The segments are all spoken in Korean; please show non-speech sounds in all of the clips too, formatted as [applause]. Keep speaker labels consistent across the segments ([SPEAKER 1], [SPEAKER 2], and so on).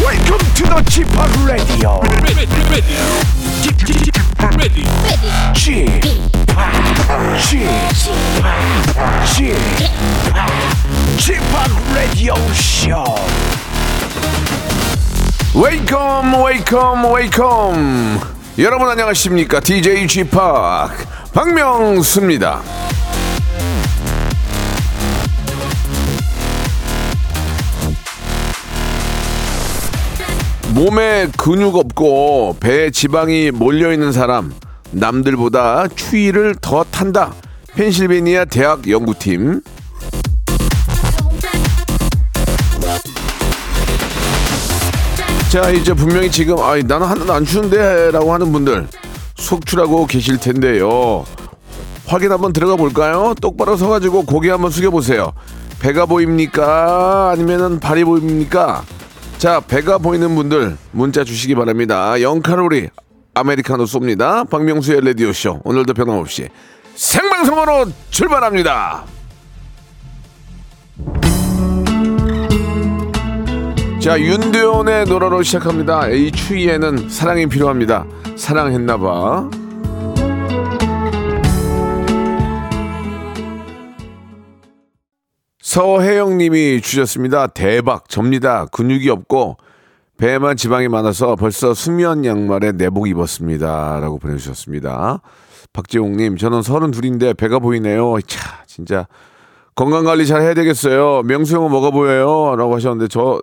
[SPEAKER 1] Welcome to the g p o p Radio.
[SPEAKER 2] ready, ready, Get- get- get ready.
[SPEAKER 1] g p o p g p o p g p o p Radio Show.
[SPEAKER 3] 웨이컴 웨이컴 웨이컴 여러분 안녕하십니까 DJ g p o p 박명수입니다 몸에 근육 없고 배에 지방이 몰려있는 사람 남들보다 추위를 더 탄다 펜실베니아 대학 연구팀 자 이제 분명히 지금 아 나는 하나도 안 추운데라고 하는 분들 속출하고 계실 텐데요. 확인 한번 들어가 볼까요? 똑바로 서가지고 고개 한번 숙여 보세요. 배가 보입니까? 아니면은 발이 보입니까? 자 배가 보이는 분들 문자 주시기 바랍니다. 0 칼로리 아메리카노 쏩니다. 박명수의 라디오 쇼 오늘도 변함없이 생방송으로 출발합니다. 자 윤두현의 노래로 시작합니다. 이 추위에는 사랑이 필요합니다. 사랑했나봐. 서혜영님이 주셨습니다. 대박 접니다. 근육이 없고 배에만 지방이 많아서 벌써 수면 양말에 내복 입었습니다라고 보내주셨습니다. 박재홍님 저는 서른 둘인데 배가 보이네요. 차 진짜 건강 관리 잘 해야 되겠어요. 명수 형은 뭐가 보여요?라고 하셨는데 저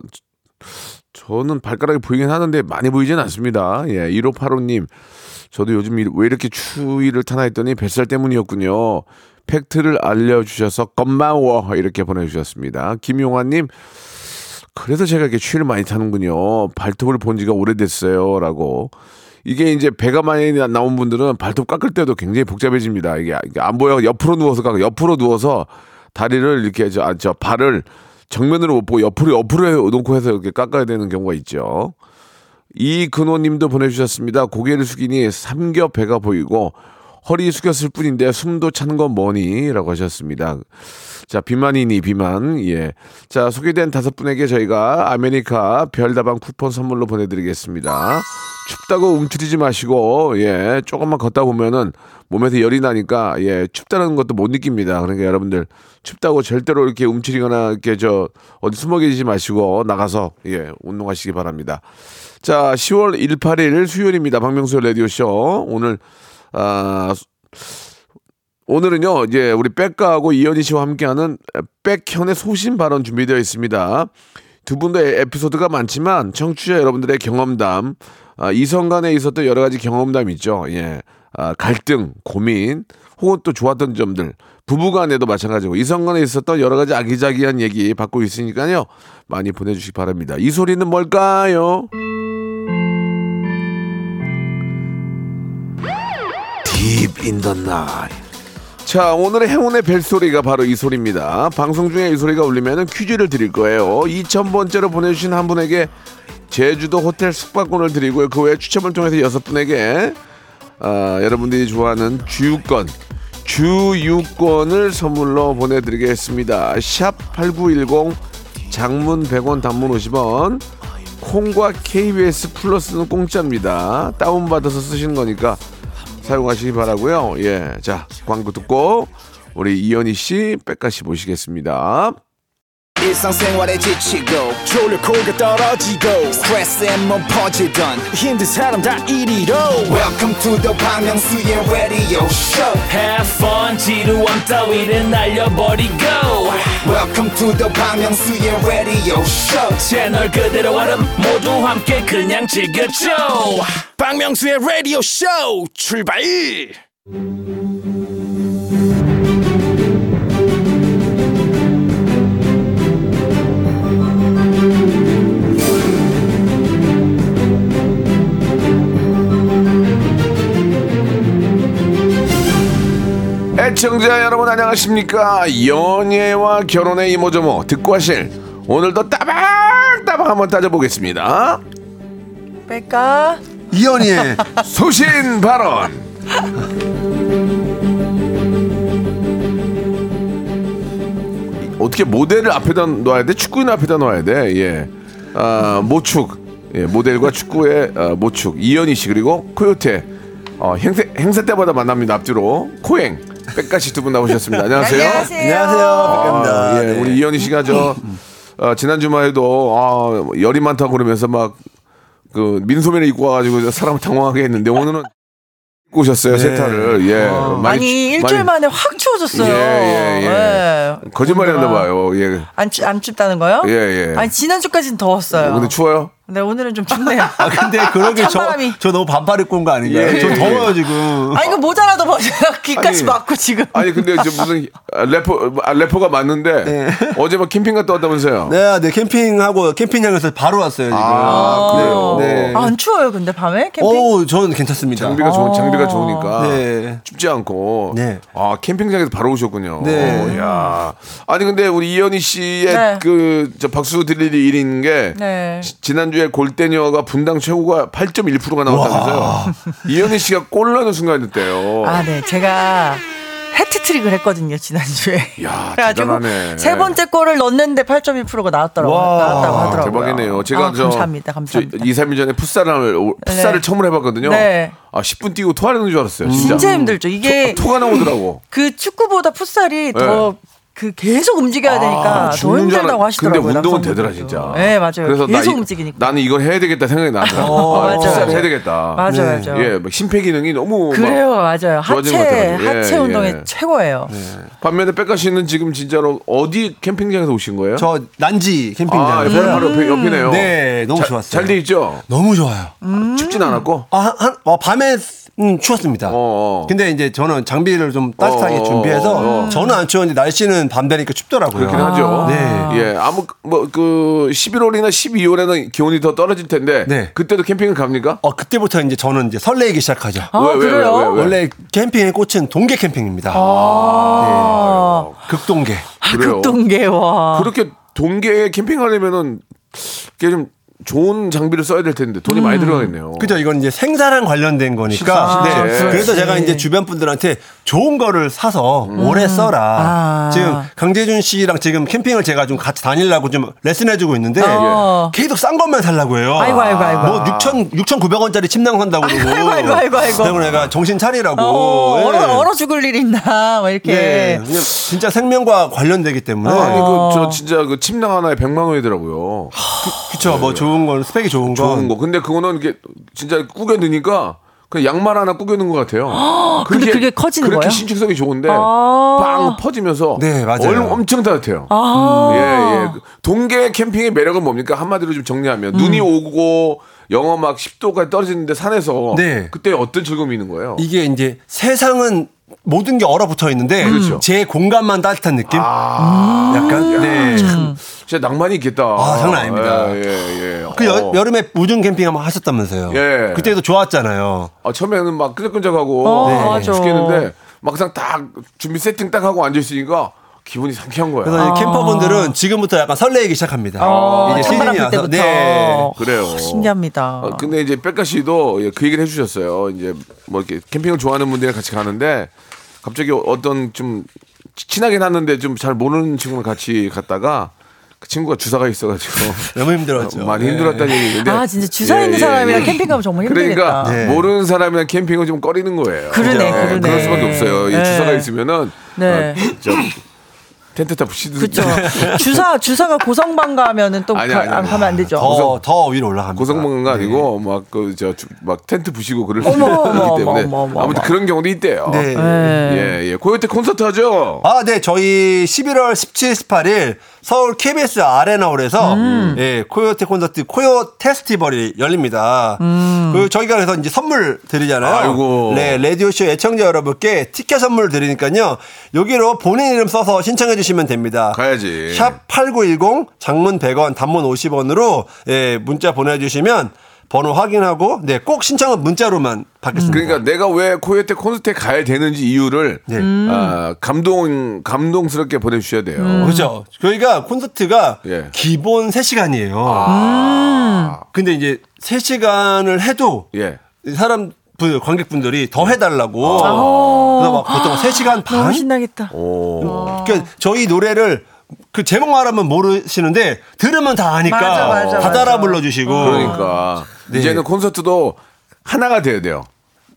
[SPEAKER 3] 저는 발가락이 보이긴 하는데 많이 보이진 않습니다. 예, 1585님. 저도 요즘 이- 왜 이렇게 추위를 타나 했더니 뱃살 때문이었군요. 팩트를 알려주셔서 고마워. 이렇게 보내주셨습니다. 김용환님. 그래서 제가 이렇게 추위를 많이 타는군요. 발톱을 본 지가 오래됐어요. 라고. 이게 이제 배가 많이 나- 나온 분들은 발톱 깎을 때도 굉장히 복잡해집니다. 이게 이게 안 보여. 옆으로 누워서 깎아. 옆으로 누워서 다리를 이렇게 저, 아, 저 발을 정면으로 못 보고 옆으로 옆으로 해- 놓고 해서 이렇게 깎아야 되는 경우가 있죠. 이근호님도 보내주셨습니다. 고개를 숙이니 삼겹 배가 보이고 허리 숙였을 뿐인데 숨도 차는 건 뭐니?라고 하셨습니다. 자 비만이니 비만 예자 소개된 다섯 분에게 저희가 아메리카 별다방 쿠폰 선물로 보내드리겠습니다. 춥다고 움츠리지 마시고 예 조금만 걷다 보면은 몸에서 열이 나니까 예 춥다는 것도 못 느낍니다. 그러니까 여러분들 춥다고 절대로 이렇게 움츠리거나 이렇게 저 어디 숨어 계시지 마시고 나가서 예 운동하시기 바랍니다. 자, 10월 18일 수요일입니다. 박명수 라디오 쇼 오늘 아 오늘은요, 이제 우리 백가하고 이현희 씨와 함께하는 백현의 소신 발언 준비되어 있습니다. 두 분도 에- 에피소드가 많지만 청취자 여러분들의 경험담, 아, 이성 간에 있었던 여러 가지 경험담 있죠. 예. 아, 갈등, 고민, 혹은 또 좋았던 점들, 부부 간에도 마찬가지고 이성 간에 있었던 여러 가지 아기자기한 얘기 받고 있으니까요. 많이 보내주시기 바랍니다. 이 소리는 뭘까요? Deep in the night. 자, 오늘의 행운의 벨소리가 바로 이 소리입니다. 방송 중에 이 소리가 울리면 퀴즈를 드릴 거예요. 2000번째로 보내주신 한 분에게 제주도 호텔 숙박권을 드리고요. 그 외에 추첨을 통해서 여섯 분에게 아, 여러분들이 좋아하는 주유권, 주유권을 선물로 보내드리겠습니다. 샵 8910 장문 100원 단문 50원 콩과 KBS 플러스는 공짜입니다. 다운받아서 쓰시는 거니까 사용하시기 바라고요. 예, 자 광고 듣고 우리 이현희 씨, 백가 씨 모시겠습니다.
[SPEAKER 4] 일상생활에 지치고,
[SPEAKER 1] 졸려 코가 떨어지고
[SPEAKER 4] 스트레스에 몸 퍼지던,
[SPEAKER 1] 힘든 사람 다 이리로.
[SPEAKER 4] welcome to the Bang Myung-soo's radio show
[SPEAKER 5] Have fun 지루함 따위를 날려버리고
[SPEAKER 4] welcome to the Bang Myung-soo's radio show
[SPEAKER 5] 채널 그대로 얼음 모두 함께 그냥 즐겨줘
[SPEAKER 1] 박명수의 라디오 쇼 출발.
[SPEAKER 3] 애청자 여러분 안녕하십니까? 연예와 결혼의 이모저모 듣고 하실 오늘도 따박따박 한번 따져보겠습니다.
[SPEAKER 6] 뺄까?
[SPEAKER 3] 이현희의 소신 발언. 어떻게 모델을 앞에다 놔야 돼? 축구인 앞에다 놔야 돼. 예. 아, 모축 예, 모델과 축구의 아, 모축 이현희 씨 그리고 코요태 어, 행사, 행사 때마다 만납니다 앞뒤로 코행 백가시 두 분 나오셨습니다. 네, 안녕하세요.
[SPEAKER 7] 안녕하세요.
[SPEAKER 3] 아, 예, 우리 이현희 씨가 저 어, 지난 주말에도 아, 열이 많다고 그러면서 막 그 민소매를 입고 와가지고 사람 당황하게 했는데 오늘은 입고 오셨어요 세타를 예 많이
[SPEAKER 6] 아니
[SPEAKER 3] 추-
[SPEAKER 6] 일주일
[SPEAKER 3] 많이-
[SPEAKER 6] 만에 확
[SPEAKER 3] 예,
[SPEAKER 6] 추워졌어요.
[SPEAKER 3] 예, 예. 거짓말이었나 봐요 예예
[SPEAKER 6] 안, 추, 안 춥다는 거요?
[SPEAKER 3] 예. 아,
[SPEAKER 6] 아니 지난주까지는 더웠어요.
[SPEAKER 3] 근데
[SPEAKER 6] 근데,
[SPEAKER 3] 추워요
[SPEAKER 6] 오늘은
[SPEAKER 3] [laughs]
[SPEAKER 6] 좀 춥네요.
[SPEAKER 7] 아 근데 그러게 저
[SPEAKER 6] 찬바람이.
[SPEAKER 7] 저 너무 반팔 입고 온 거 아닌가요?
[SPEAKER 3] 예, 예,
[SPEAKER 7] 저
[SPEAKER 3] 예.
[SPEAKER 7] 더워요 지금.
[SPEAKER 6] 아 이거 모자라도 벗어 귀까지
[SPEAKER 3] 아니,
[SPEAKER 6] 막고 지금.
[SPEAKER 3] 아니 근데 이제
[SPEAKER 6] [laughs]
[SPEAKER 3] 무슨 아, 래퍼 아, 래퍼가 맞는데
[SPEAKER 6] 네.
[SPEAKER 3] 어제 막 캠핑 갔다 왔다면서요
[SPEAKER 7] 네, 네 캠핑하고 캠핑장에서 바로 왔어요 지금.
[SPEAKER 3] 아 그래요
[SPEAKER 7] 네.
[SPEAKER 6] 아, 안 추워요 근데 밤에 캠핑?
[SPEAKER 7] 오, 저는 괜찮습니다.
[SPEAKER 3] 장비가 좋은 장비가 좋으니까
[SPEAKER 7] 아. 네.
[SPEAKER 3] 춥지 않고
[SPEAKER 7] 네.
[SPEAKER 3] 아 캠핑장에서 바로 오셨군요.
[SPEAKER 7] 네.
[SPEAKER 3] 오, 야 아니 근데 우리 이현희 씨의
[SPEAKER 6] 네.
[SPEAKER 3] 그 저 박수 드릴 일이 있는 게
[SPEAKER 6] 네.
[SPEAKER 3] 지- 지난주에 골대녀가 분당 최고가 8.1%가 나왔다면서요. [laughs] 이현희 씨가 골 나는 순간이었대요.
[SPEAKER 6] 아 네 제가 해트트릭을 했거든요 지난주에.
[SPEAKER 3] 이야,
[SPEAKER 6] [laughs] 그래가지고
[SPEAKER 3] 대단하네.
[SPEAKER 6] 세 번째 골을 넣는데 8.2%가 나왔더라고요.
[SPEAKER 7] 와,
[SPEAKER 6] 나왔다고
[SPEAKER 3] 아,
[SPEAKER 6] 하더라고요.
[SPEAKER 3] 대박이네요. 제가
[SPEAKER 6] 아,
[SPEAKER 3] 저
[SPEAKER 6] 감사합니다. 감사합니다.
[SPEAKER 3] 2, 3일 전에 풋살을 오- 풋살을
[SPEAKER 6] 네.
[SPEAKER 3] 처음 해봤거든요.
[SPEAKER 6] 네.
[SPEAKER 3] 아 10분 뛰고 토하는 줄 알았어요. 진짜,
[SPEAKER 6] 진짜
[SPEAKER 7] 음.
[SPEAKER 6] 힘들죠. 이게
[SPEAKER 3] 토가 나오더라고.
[SPEAKER 6] 그 축구보다
[SPEAKER 3] 네.
[SPEAKER 6] fut살이 더 그 계속 움직여야 되니까 더
[SPEAKER 3] 죽는 줄
[SPEAKER 6] 힘들다고
[SPEAKER 3] 알았-
[SPEAKER 6] 하시더라고요.
[SPEAKER 3] 아, 근데 운동은
[SPEAKER 6] 남성분들도.
[SPEAKER 3] 되더라 진짜.
[SPEAKER 6] 네 맞아요.
[SPEAKER 3] 그래서 나
[SPEAKER 6] 계속
[SPEAKER 3] 이-
[SPEAKER 6] 움직이니까.
[SPEAKER 3] 나는 이걸 해야 되겠다 생각이 나더라.
[SPEAKER 6] 어, 맞아요,
[SPEAKER 3] 진짜
[SPEAKER 6] 맞아요.
[SPEAKER 3] 해야 되겠다.
[SPEAKER 6] 맞아요, 맞아요.
[SPEAKER 3] 예, 막 심폐 기능이 너무 막
[SPEAKER 6] 그래요, 맞아요.
[SPEAKER 3] 좋아지는 것
[SPEAKER 6] 하체
[SPEAKER 3] 같아가지고. 예,
[SPEAKER 6] 하체
[SPEAKER 3] 예. 네.
[SPEAKER 6] 운동의 최고예요.
[SPEAKER 3] 반면에 백가 씨는 지금 진짜로 어디 캠핑장에서 오신 거예요?
[SPEAKER 7] 저 난지
[SPEAKER 3] 아,
[SPEAKER 7] 캠핑장.
[SPEAKER 3] 바로, 바로
[SPEAKER 6] 음.
[SPEAKER 3] 옆에, 옆이네요.
[SPEAKER 7] 네, 너무
[SPEAKER 3] 자-
[SPEAKER 7] 좋았어요.
[SPEAKER 3] 잘 돼 있죠?
[SPEAKER 7] 너무 좋아요.
[SPEAKER 6] 음.
[SPEAKER 3] 춥진 않았고.
[SPEAKER 7] 아, 한, 한- 어, 밤에 음, 추웠습니다.
[SPEAKER 3] 어, 어.
[SPEAKER 7] 근데 이제 저는 장비를 좀 따뜻하게
[SPEAKER 3] 어, 어,
[SPEAKER 7] 준비해서
[SPEAKER 3] 어.
[SPEAKER 7] 저는 안 추웠는데 날씨는 밤 되니까 춥더라고요.
[SPEAKER 3] 그렇긴 하죠.
[SPEAKER 7] 네.
[SPEAKER 3] 예, 아무 뭐 그 11월이나 12월에는 기온이 더 떨어질 텐데
[SPEAKER 7] 네.
[SPEAKER 3] 그때도 캠핑을 갑니까?
[SPEAKER 7] 어, 그때부터 이제 저는 이제 설레기 시작하죠.
[SPEAKER 6] 아,
[SPEAKER 3] 왜, 왜, 왜,
[SPEAKER 6] 그래요?
[SPEAKER 3] 왜, 왜?
[SPEAKER 7] 원래 캠핑의 꽃은 동계 캠핑입니다.
[SPEAKER 6] 아,
[SPEAKER 7] 네, 극동계.
[SPEAKER 3] 예, 그래요.
[SPEAKER 6] 극동계와
[SPEAKER 3] 그렇게 동계에 캠핑하려면은 이게 좀 좋은 장비를 써야 될 텐데 돈이
[SPEAKER 6] 음.
[SPEAKER 3] 많이 들어가겠네요.
[SPEAKER 7] 그죠 이건 이제 생사랑 관련된 거니까
[SPEAKER 3] 식사,
[SPEAKER 7] 네.
[SPEAKER 3] 식사.
[SPEAKER 7] 그래서 제가 이제 주변 분들한테 좋은 거를 사서 오래 써라
[SPEAKER 6] 음. 아.
[SPEAKER 7] 지금 강재준 씨랑 지금 캠핑을 제가 좀 같이 다니려고 좀 레슨해주고 있는데
[SPEAKER 6] 어.
[SPEAKER 7] 계속 싼 것만 살라고 해요
[SPEAKER 6] 아이고, 아이고, 아이고.
[SPEAKER 7] 뭐 6천 6,900원짜리 침낭 산다고
[SPEAKER 6] [laughs]
[SPEAKER 7] 그러고
[SPEAKER 6] 아이고, 아이고, 아이고, 아이고.
[SPEAKER 7] 그래서 내가 정신 차리라고
[SPEAKER 6] 어,
[SPEAKER 7] 예.
[SPEAKER 6] 얼어, 얼어 죽을 일 있나 막 이렇게
[SPEAKER 7] 네. 그냥 진짜 생명과 관련되기 때문에
[SPEAKER 3] 아니 그
[SPEAKER 6] 어.
[SPEAKER 3] 저 진짜 그 침낭 하나에 100만 원이더라고요.
[SPEAKER 7] 그쵸 뭐 좋은 건 스펙이 좋은 건
[SPEAKER 3] 좋은 거. 근데 그거는 이게 진짜 꾸겨 넣으니까 그냥 양말 하나 꾸겨 넣은 것 같아요.
[SPEAKER 6] 근데 그게 커지는
[SPEAKER 3] 그렇게
[SPEAKER 6] 거예요?
[SPEAKER 3] 신축성이 좋은데
[SPEAKER 6] 아.
[SPEAKER 3] 빵 퍼지면서
[SPEAKER 7] 네, 맞아요.
[SPEAKER 3] 얼 엄청 따뜻해요.
[SPEAKER 6] 아,
[SPEAKER 3] 예, 예. 동계 캠핑의 매력은 뭡니까? 한마디로 좀 정리하면 눈이
[SPEAKER 7] 음.
[SPEAKER 3] 오고 영하 막 10도까지 떨어지는데 산에서
[SPEAKER 7] 네.
[SPEAKER 3] 그때 어떤 즐거움이 있는 거예요?
[SPEAKER 7] 이게 이제 세상은 모든 게 얼어붙어 있는데
[SPEAKER 3] 그렇죠.
[SPEAKER 7] 제 공간만 따뜻한 느낌? 약간
[SPEAKER 6] 예.
[SPEAKER 7] 네.
[SPEAKER 6] 음.
[SPEAKER 3] 진짜 낭만이 있겠다.
[SPEAKER 7] 아, 장난 아닙니다.
[SPEAKER 3] 예, 예, 예.
[SPEAKER 7] 그 여,
[SPEAKER 3] 어.
[SPEAKER 7] 여름에 우중 캠핑 한번 하셨다면서요?
[SPEAKER 3] 예.
[SPEAKER 7] 그때도 좋았잖아요.
[SPEAKER 3] 아, 처음에는 막 끈적끈적하고
[SPEAKER 6] 어, 네. 맞아.
[SPEAKER 3] 죽겠는데 막상 딱 준비 세팅 딱 하고 앉아 있으니까 기분이 상쾌한 거야.
[SPEAKER 7] 그래서 이제 캠퍼분들은 지금부터 약간 설레기 시작합니다.
[SPEAKER 6] 어, 찬바람 불 때부터
[SPEAKER 7] 네.
[SPEAKER 3] 그래요.
[SPEAKER 6] 어, 신기합니다.
[SPEAKER 3] 아, 근데 이제 백가 씨도 예, 그 얘기를 해주셨어요. 이제 뭐 이렇게 캠핑을 좋아하는 분들이랑 같이 가는데 갑자기 어떤 좀 치- 친하긴 하는데 좀 잘 모르는 친구랑 같이 갔다가 그 친구가 주사가
[SPEAKER 7] [laughs]
[SPEAKER 3] 있어가지고
[SPEAKER 7] 너무 힘들었죠.
[SPEAKER 3] 많이
[SPEAKER 7] 네.
[SPEAKER 3] 힘들었다는 얘기인데
[SPEAKER 6] 아 진짜 주사
[SPEAKER 3] 예,
[SPEAKER 6] 있는
[SPEAKER 3] 예,
[SPEAKER 6] 사람이랑
[SPEAKER 3] 예.
[SPEAKER 6] 캠핑 가면 정말
[SPEAKER 3] 그러니까
[SPEAKER 6] 힘들겠다.
[SPEAKER 7] 네.
[SPEAKER 3] 모르는 사람이랑 캠핑은 좀 꺼리는 거예요.
[SPEAKER 6] 그러네,
[SPEAKER 3] 예,
[SPEAKER 6] 그러네.
[SPEAKER 3] 그럴 수밖에 없어요. 이
[SPEAKER 6] 네.
[SPEAKER 3] 주사가 있으면은
[SPEAKER 6] 네.
[SPEAKER 3] 아, 저 텐트 다 부시듯.
[SPEAKER 6] 그렇죠. 주사 주사가 고성방 가면은 또
[SPEAKER 3] 아니,
[SPEAKER 6] 가-
[SPEAKER 3] 아니, 아니.
[SPEAKER 6] 가면 안 되죠.
[SPEAKER 7] 더, 더 위로
[SPEAKER 3] [laughs]
[SPEAKER 7] 올라갑니다. 네.
[SPEAKER 3] 고성방가 아니고 막 그 저 막 텐트 부시고 그럴 수
[SPEAKER 6] 어머,
[SPEAKER 3] 있기
[SPEAKER 6] 어머,
[SPEAKER 3] 때문에
[SPEAKER 6] 어머, 어머,
[SPEAKER 3] 아무튼
[SPEAKER 6] 어머.
[SPEAKER 3] 그런 경우도 있대요.
[SPEAKER 7] 네.
[SPEAKER 3] 예, 예. 고요태 콘서트 하죠?
[SPEAKER 7] 아, 네. 저희 11월 17, 18일 서울 KBS 아레나홀에서
[SPEAKER 3] 음.
[SPEAKER 7] 예, 코요테 콘서트 코요 테스티벌이 열립니다. 그 저희가 그래서 이제 선물 드리잖아요.
[SPEAKER 3] 음. 아이고.
[SPEAKER 7] 네, 라디오쇼 애청자 여러분께 티켓 선물 드리니까요. 여기로 본인 이름 써서 신청해 주시면 됩니다.
[SPEAKER 3] 가야지.
[SPEAKER 7] 샵 8910 장문 100원 단문 50원으로 예, 문자 보내 주시면 번호 확인하고 네, 꼭 신청은 문자로만 받겠습니다.
[SPEAKER 3] 그러니까 내가 왜 코요태 콘서트에 가야 되는지 이유를
[SPEAKER 7] 네.
[SPEAKER 3] 아, 감동 감동스럽게 보내주셔야 돼요.
[SPEAKER 6] 음.
[SPEAKER 7] 그렇죠. 저희가 콘서트가
[SPEAKER 3] 예.
[SPEAKER 7] 기본 3시간이에요. 근데 이제 3시간을 해도
[SPEAKER 3] 예.
[SPEAKER 7] 사람 분- 관객분들이 더 해달라고. 그래서 막 보통
[SPEAKER 6] 너무
[SPEAKER 7] 3시간 반?
[SPEAKER 6] 어,
[SPEAKER 3] 네,
[SPEAKER 6] 신나겠다.
[SPEAKER 3] 오.
[SPEAKER 7] 그러니까 저희 노래를 그 제목만 하면 모르시는데 들으면 다 아니까
[SPEAKER 6] 맞아, 맞아,
[SPEAKER 7] 다
[SPEAKER 6] 맞아.
[SPEAKER 7] 따라 불러주시고
[SPEAKER 3] 그러니까
[SPEAKER 7] 네.
[SPEAKER 3] 이제는 콘서트도 하나가 돼야 돼요.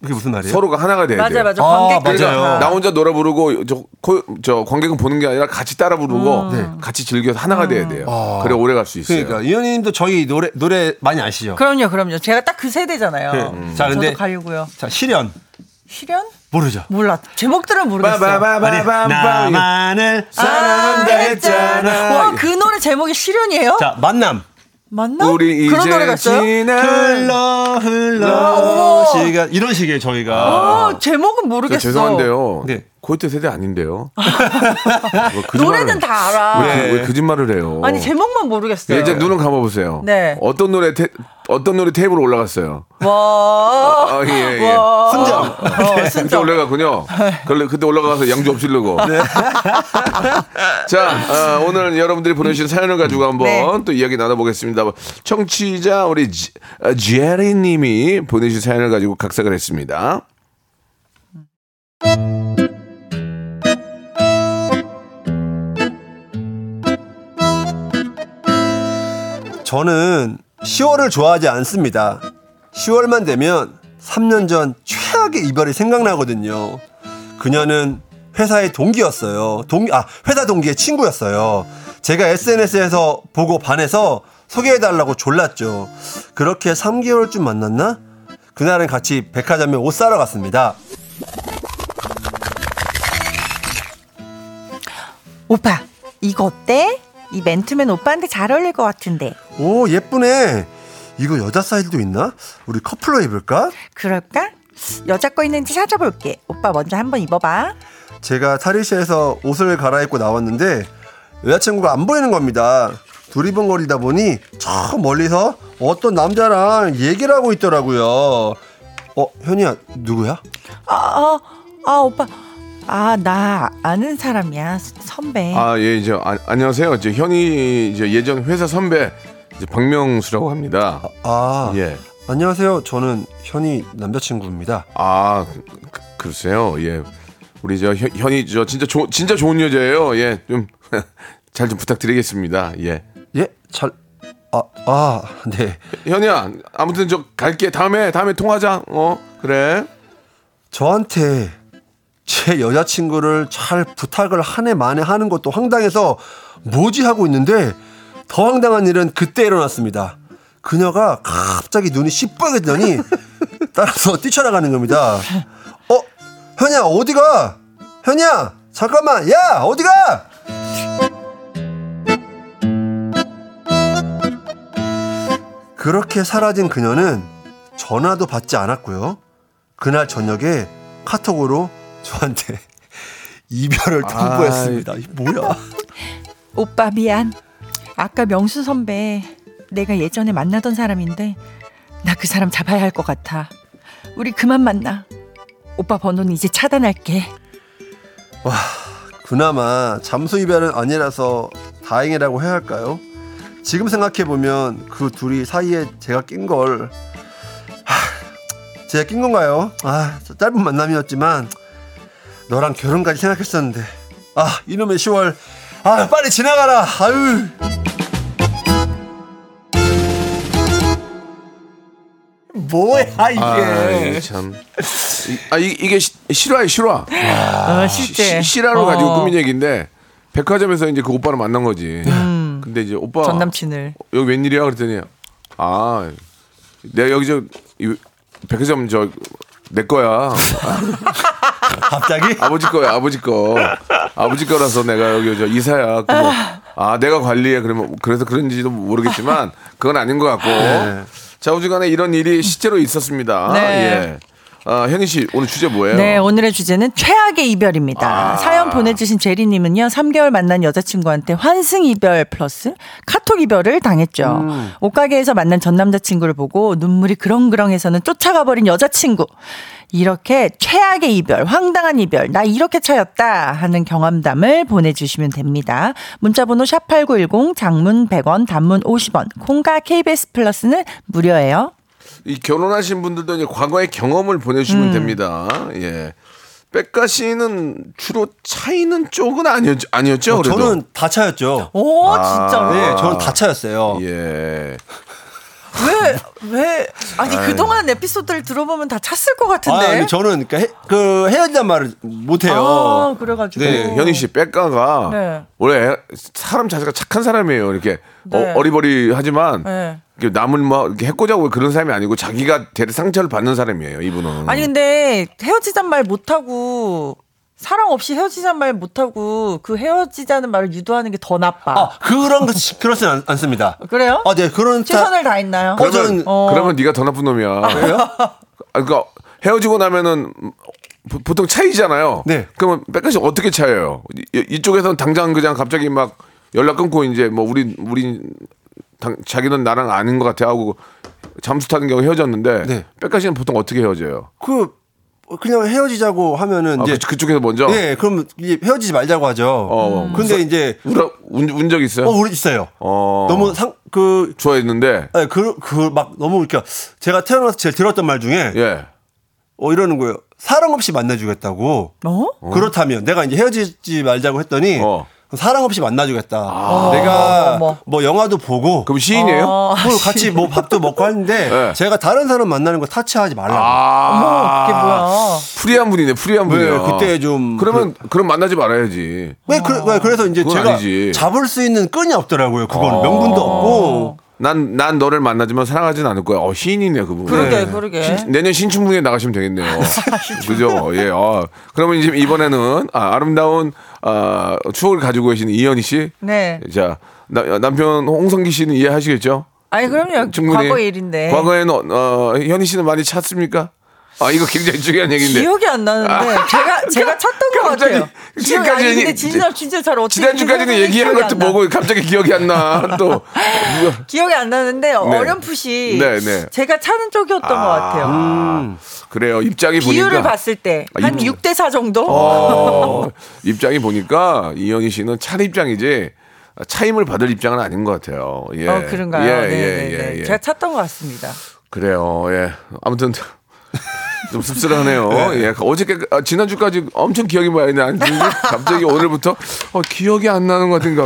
[SPEAKER 7] 그게 무슨 말이에요?
[SPEAKER 3] 서로가 하나가 돼야
[SPEAKER 6] 맞아
[SPEAKER 3] 돼요.
[SPEAKER 6] 맞아.
[SPEAKER 7] 아,
[SPEAKER 6] 관객들
[SPEAKER 7] 맞아요.
[SPEAKER 6] 다.
[SPEAKER 3] 나 혼자 노래 부르고 저, 코- 저 관객은 보는 게 아니라 같이 따라
[SPEAKER 6] 음.
[SPEAKER 3] 부르고 같이 즐겨서 하나가 돼야 돼요. 그래 오래 갈 수 있어요.
[SPEAKER 7] 네. 아. 그러니까 이현님도 저희 노래 노래 많이 아시죠?
[SPEAKER 6] [laughs] 그럼요, 그럼요. 제가 딱 그 세대잖아요.
[SPEAKER 7] 네. 음. 자, 근데-
[SPEAKER 6] 저도 가려고요.
[SPEAKER 7] 자 실현
[SPEAKER 6] 실현?
[SPEAKER 7] 모르죠?
[SPEAKER 6] 몰라. 제목들은 모르겠어.
[SPEAKER 3] 빠바바바밤밤.
[SPEAKER 7] 나만을 사랑한다 했잖아.
[SPEAKER 6] 와, 그 노래 제목이 실현이에요?
[SPEAKER 7] 자 만남
[SPEAKER 6] 맞나?
[SPEAKER 3] 우리
[SPEAKER 6] 그런 노래
[SPEAKER 3] 이제
[SPEAKER 6] 같어요?
[SPEAKER 3] 지난
[SPEAKER 7] 흘러 흘러
[SPEAKER 6] 오.
[SPEAKER 7] 시간 이런 식의 저희가
[SPEAKER 6] 어, 제목은 모르겠어.
[SPEAKER 3] 아. 저 죄송한데요.
[SPEAKER 7] 네.
[SPEAKER 3] 고이트 세대
[SPEAKER 6] [laughs]
[SPEAKER 3] 아닌데요. 뭐
[SPEAKER 6] 노래는
[SPEAKER 3] 거짓말을-
[SPEAKER 6] 다 알아. 네.
[SPEAKER 3] 왜,
[SPEAKER 7] 네.
[SPEAKER 3] 그- 왜 거짓말을 해요?
[SPEAKER 6] 아니 제목만 모르겠어요.
[SPEAKER 3] 예전 눈은 감아보세요.
[SPEAKER 6] 네.
[SPEAKER 3] 어떤 노래 테, 어떤 노래 테이블 올라갔어요.
[SPEAKER 6] 와.
[SPEAKER 3] 아, 예, 예.
[SPEAKER 6] 어. 와.
[SPEAKER 7] 순정.
[SPEAKER 6] 어,
[SPEAKER 3] 그때
[SPEAKER 6] 순정.
[SPEAKER 3] 네,
[SPEAKER 7] [laughs]
[SPEAKER 3] 올라갔군요. 그래, 그때 올라가서 양주 없으려고.
[SPEAKER 7] 네.
[SPEAKER 3] [laughs] 자, 어, 오늘 여러분들이 보내주신 사연을 가지고 한번
[SPEAKER 6] 네.
[SPEAKER 3] 또 이야기 나눠보겠습니다. 청취자 우리 지- 어, 제리님이 보내주신 사연을 가지고 각색을 했습니다.
[SPEAKER 7] 저는 10월을 좋아하지 않습니다. 10월만 되면 3년 전 최악의 이별이 생각나거든요. 그녀는 회사의 동기였어요. 동, 아, 회사 동기의 친구였어요. 제가 SNS에서 보고 반해서 소개해달라고 졸랐죠. 그렇게 3개월쯤 만났나? 그날은 같이 백화점에 옷 사러 갔습니다.
[SPEAKER 6] 오빠 이거 어때? 이 맨투맨 오빠한테 잘 어울릴 것 같은데
[SPEAKER 7] 오, 예쁘네. 이거 여자 사이즈도 있나? 우리 커플로 입을까?
[SPEAKER 6] 그럴까? 여자 거 있는지 찾아볼게. 오빠 먼저 한번 입어봐.
[SPEAKER 7] 제가 탈의실에서 옷을 갈아입고 나왔는데 여자친구가 안 보이는 겁니다. 두리번거리다 보니 저 멀리서 어떤 남자랑 얘기를 하고 있더라고요. 어, 현이야, 누구야?
[SPEAKER 6] 아, 아, 아 오빠. 아, 나 아는 사람이야. 스-
[SPEAKER 7] 네.
[SPEAKER 6] 선배.
[SPEAKER 3] 아, 예, 이제 아, 안녕하세요. 이제 현이 이제 예전 회사 선배 이제 박명수라고 합니다.
[SPEAKER 7] 아,
[SPEAKER 3] 예.
[SPEAKER 7] 안녕하세요. 저는 현이 남자친구입니다.
[SPEAKER 3] 아, 그- 글쎄요. 예. 우리 저 현, 현이 저 진짜 좋 진짜 좋은 여자예요. 예. 좀 [laughs] 잘 좀 부탁드리겠습니다. 예.
[SPEAKER 7] 예, 잘, 아, 아, 네.
[SPEAKER 3] 현이야 아무튼 저 갈게 다음에 다음에 통하자 어 그래
[SPEAKER 7] 저한테 제 여자친구를 잘 부탁을 한 해 만에 하는 것도 황당해서 뭐지 하고 있는데 더 황당한 일은 그때 일어났습니다. 그녀가 갑자기 눈이 시뻘개더니 따라서 뛰쳐나가는 겁니다. 어, 현이야 어디가? 현이야 잠깐만 야 어디가? 그렇게 사라진 그녀는 전화도 받지 않았고요. 그날 저녁에 카톡으로 저한테 [laughs] 이별을 통보했습니다. 이 뭐야?
[SPEAKER 6] 오빠 미안. 아까 명수 선배 내가 예전에 만나던 사람인데 나 그 사람 잡아야 할 것 같아. 우리 그만 만나. 오빠 번호는 이제 차단할게.
[SPEAKER 7] 그나마 잠수 이별은 아니라서 다행이라고 해야 할까요? 지금 생각해 보면 그 둘이 사이에 제가 낀 걸 제가 낀 건가요? 아 짧은 만남이었지만 너랑 결혼까지 생각했었는데 아 이놈의 10월 아 빨리 지나가라 아유 뭐야 이게
[SPEAKER 3] 아참아 이게 시- 실화야 실화
[SPEAKER 6] 어,
[SPEAKER 3] 시- 아, 시- 실화로 가지고 꾸민 얘기인데 백화점에서 이제 그 오빠를 만난 거지 근데 이제 오빠
[SPEAKER 6] 음. 전 남친을.
[SPEAKER 3] 여기 웬일이야 그랬더니 아 내가 여기 저 이- 백화점 저 내 거야
[SPEAKER 7] 갑자기
[SPEAKER 3] 아버지 거야 아버지 거 아버지 거라서 내가 여기 저 이사야 그 뭐, 아 내가 관리해 그러면 그래서 그런지도 모르겠지만 그건 아닌 것 같고
[SPEAKER 7] 네.
[SPEAKER 3] 자 오죽간에 이런 일이 실제로 있었습니다
[SPEAKER 6] 네.
[SPEAKER 3] 예. 아 현희 씨 오늘 주제 뭐예요
[SPEAKER 6] 네, 오늘의 주제는 최악의 이별입니다.
[SPEAKER 3] 아.
[SPEAKER 6] 사연 보내주신 제리님은요, 3개월 만난 여자친구한테 환승 이별 플러스 카톡 이별을 당했죠. 옷가게에서 만난 전 남자친구를 보고 눈물이 그렁그렁해서는 쫓아가버린 여자친구. 이렇게 최악의 이별, 황당한 이별, 나 이렇게 차였다 하는 경험담을 보내주시면 됩니다. 문자번호 샵8910, 장문 100원, 단문 50원, 콩과 KBS 플러스는 무료예요. 음.
[SPEAKER 3] 이 결혼하신 분들도 이제 과거의 경험을 보내주시면 됩니다 예 백가시는 주로 차이는 쪽은 아니었, 아니었죠? 그래도?
[SPEAKER 7] 어, 저는 다 차였죠.
[SPEAKER 6] 오
[SPEAKER 3] 아.
[SPEAKER 6] 진짜로
[SPEAKER 7] 네, 저는 다 차였어요.
[SPEAKER 3] 예.
[SPEAKER 6] 왜 왜 아니 그 동안 에피소드를 들어보면 다 찼을 것
[SPEAKER 7] 아,
[SPEAKER 6] 같은데.
[SPEAKER 7] 근데 저는 그러니까 헤, 그 헤어지단 말을 못해요.
[SPEAKER 6] 아, 그래가지고.
[SPEAKER 3] 네, 현희 씨 백가가
[SPEAKER 6] 네.
[SPEAKER 3] 원래 사람 자체가 착한 사람이에요. 이렇게
[SPEAKER 6] 네.
[SPEAKER 3] 어, 리버리하지만
[SPEAKER 6] 네.
[SPEAKER 3] 남을 막 이렇게 해코자고 그런 사람이 아니고 자기가 대리 상처를 받는 사람이에요. 이분은.
[SPEAKER 6] 아니 근데 헤어지잔 말 못하고 사랑 없이 헤어지잔 말 못하고 그 헤어지자는 말을 유도하는 게 더 나빠.
[SPEAKER 7] 아, 그런 거 시- 그렇진 않, 않습니다.
[SPEAKER 6] 그래요?
[SPEAKER 7] 아, 네, 그런 차-
[SPEAKER 6] 최선을 다했나요?
[SPEAKER 7] 거절-
[SPEAKER 3] 그러면,
[SPEAKER 7] 저는-
[SPEAKER 6] 어.
[SPEAKER 3] 그러면 네가 더 나쁜 놈이야. 아, 그러니까 헤어지고 나면은 보- 보통 차이잖아요.
[SPEAKER 7] 네.
[SPEAKER 3] 그러면 백가시 어떻게 차요? 이- 이쪽에서는 당장 그냥 갑자기 막 연락 끊고 이제 뭐 우리 우리 당, 자기는 나랑 아닌 것 같아 하고 잠수 타는 경우 헤어졌는데
[SPEAKER 7] 네.
[SPEAKER 3] 백가시는 보통 어떻게 헤어져요?
[SPEAKER 7] 그 그냥 헤어지자고 하면은
[SPEAKER 3] 아,
[SPEAKER 7] 이제
[SPEAKER 3] 그, 쪽에서 먼저
[SPEAKER 7] 네, 그럼 이제 헤어지지 말자고 하죠.
[SPEAKER 3] 어,
[SPEAKER 7] 근데 이제
[SPEAKER 3] 울어 운적 있어요?
[SPEAKER 7] 어, 우리 있어요.
[SPEAKER 3] 어.
[SPEAKER 7] 너무 상그
[SPEAKER 3] 좋아했는데
[SPEAKER 7] 네, 그, 그, 막, 너무, 그니까, 제가 태어나서 제일 들었던 말 중에,
[SPEAKER 3] 예.
[SPEAKER 7] 어, 이러는 거예요. 사랑 없이 만나주겠다고.
[SPEAKER 6] 어?
[SPEAKER 7] 그렇다면, 내가 이제 헤어지지 말자고 했더니,
[SPEAKER 3] 어.
[SPEAKER 7] 사랑 없이 만나주겠다. 내가,
[SPEAKER 6] 아, 어머.
[SPEAKER 7] 뭐, 영화도 보고,
[SPEAKER 3] 그럼 시인이에요?
[SPEAKER 6] 어.
[SPEAKER 7] 뭘 같이 뭐 밥도 먹고 하는데,
[SPEAKER 3] [laughs] 네.
[SPEAKER 7] 제가 다른 사람 만나는 거 타치하지 말라고.
[SPEAKER 3] 아,
[SPEAKER 6] 그게 뭐야?
[SPEAKER 3] 프리한 분이네, 프리한
[SPEAKER 7] 네,
[SPEAKER 3] 분이야.
[SPEAKER 7] 그때 좀
[SPEAKER 3] 그러면 그럼 만나지 말아야지.
[SPEAKER 7] 왜, 그, 왜 그래서 이제
[SPEAKER 3] 그건
[SPEAKER 7] 제가
[SPEAKER 3] 아니지. 아.
[SPEAKER 7] 잡을 수 있는 끈이 없더라고요. 그거는 명분도 없고.
[SPEAKER 3] 난, 난 너를 만나지만 사랑하진 않을 거야. 어, 시인이네, 그분.
[SPEAKER 6] 그러게 그러게.
[SPEAKER 3] 신- 내년 신춘문예 나가시면 되겠네요.
[SPEAKER 6] [laughs]
[SPEAKER 3] 그죠? 예. 아, 그러면 이제 이번에는 아, 름다운 아, 추억을 가지고 계신 이현희 씨.
[SPEAKER 6] 네.
[SPEAKER 3] 자, 나- 남편 홍성기 씨는 이해하시겠죠?
[SPEAKER 6] 아니 그럼요.
[SPEAKER 3] [laughs] 충분히.
[SPEAKER 6] 과거 일인데.
[SPEAKER 3] 과거에는 어, 어, 현희 씨는 많이 찼습니까? 아, 이거 굉장히 중요한 얘기인데. 아. 그러니까
[SPEAKER 6] 기억이 안 나는데 제가
[SPEAKER 3] [laughs]
[SPEAKER 6] 제가 찾던 것
[SPEAKER 3] 갑자기
[SPEAKER 6] 같아요. 기억이
[SPEAKER 3] 지금까지는-
[SPEAKER 6] 아니, 근데 진짜 진짜 잘 어떻게
[SPEAKER 3] 지난주까지는
[SPEAKER 6] 생각했는지
[SPEAKER 3] 얘기한
[SPEAKER 6] 기억이
[SPEAKER 3] 것도
[SPEAKER 6] 안 나.
[SPEAKER 3] 보고 갑자기 기억이 안 나. [laughs] 또 누가-
[SPEAKER 6] 기억이 안 나는데 어렴풋이
[SPEAKER 3] 네, 네.
[SPEAKER 6] 제가 찾은 쪽이었던 것 같아요.
[SPEAKER 3] 그래요. 입장이
[SPEAKER 6] 비율을
[SPEAKER 3] 보니까
[SPEAKER 6] 봤을 때
[SPEAKER 3] 아,
[SPEAKER 6] 한
[SPEAKER 3] 이-
[SPEAKER 6] 6대 4 정도?
[SPEAKER 3] 어, 입장이 보니까 이현희 씨는 찰 입장이지 차임을 받을 입장은 아닌 것 같아요. 예.
[SPEAKER 6] 어, 그런가요?
[SPEAKER 3] 예,
[SPEAKER 6] 네,
[SPEAKER 3] 예,
[SPEAKER 6] 네, 네.
[SPEAKER 3] 예, 예.
[SPEAKER 6] 제가 찾던 것 같습니다.
[SPEAKER 3] 그래요. 예. 아무튼 [laughs] 좀 씁쓸하네요. 예. 어저께 아, 지난주까지 엄청 기억이 많이 나는데 [laughs] 갑자기 오늘부터 어, 기억이 안 나는 것 같은가.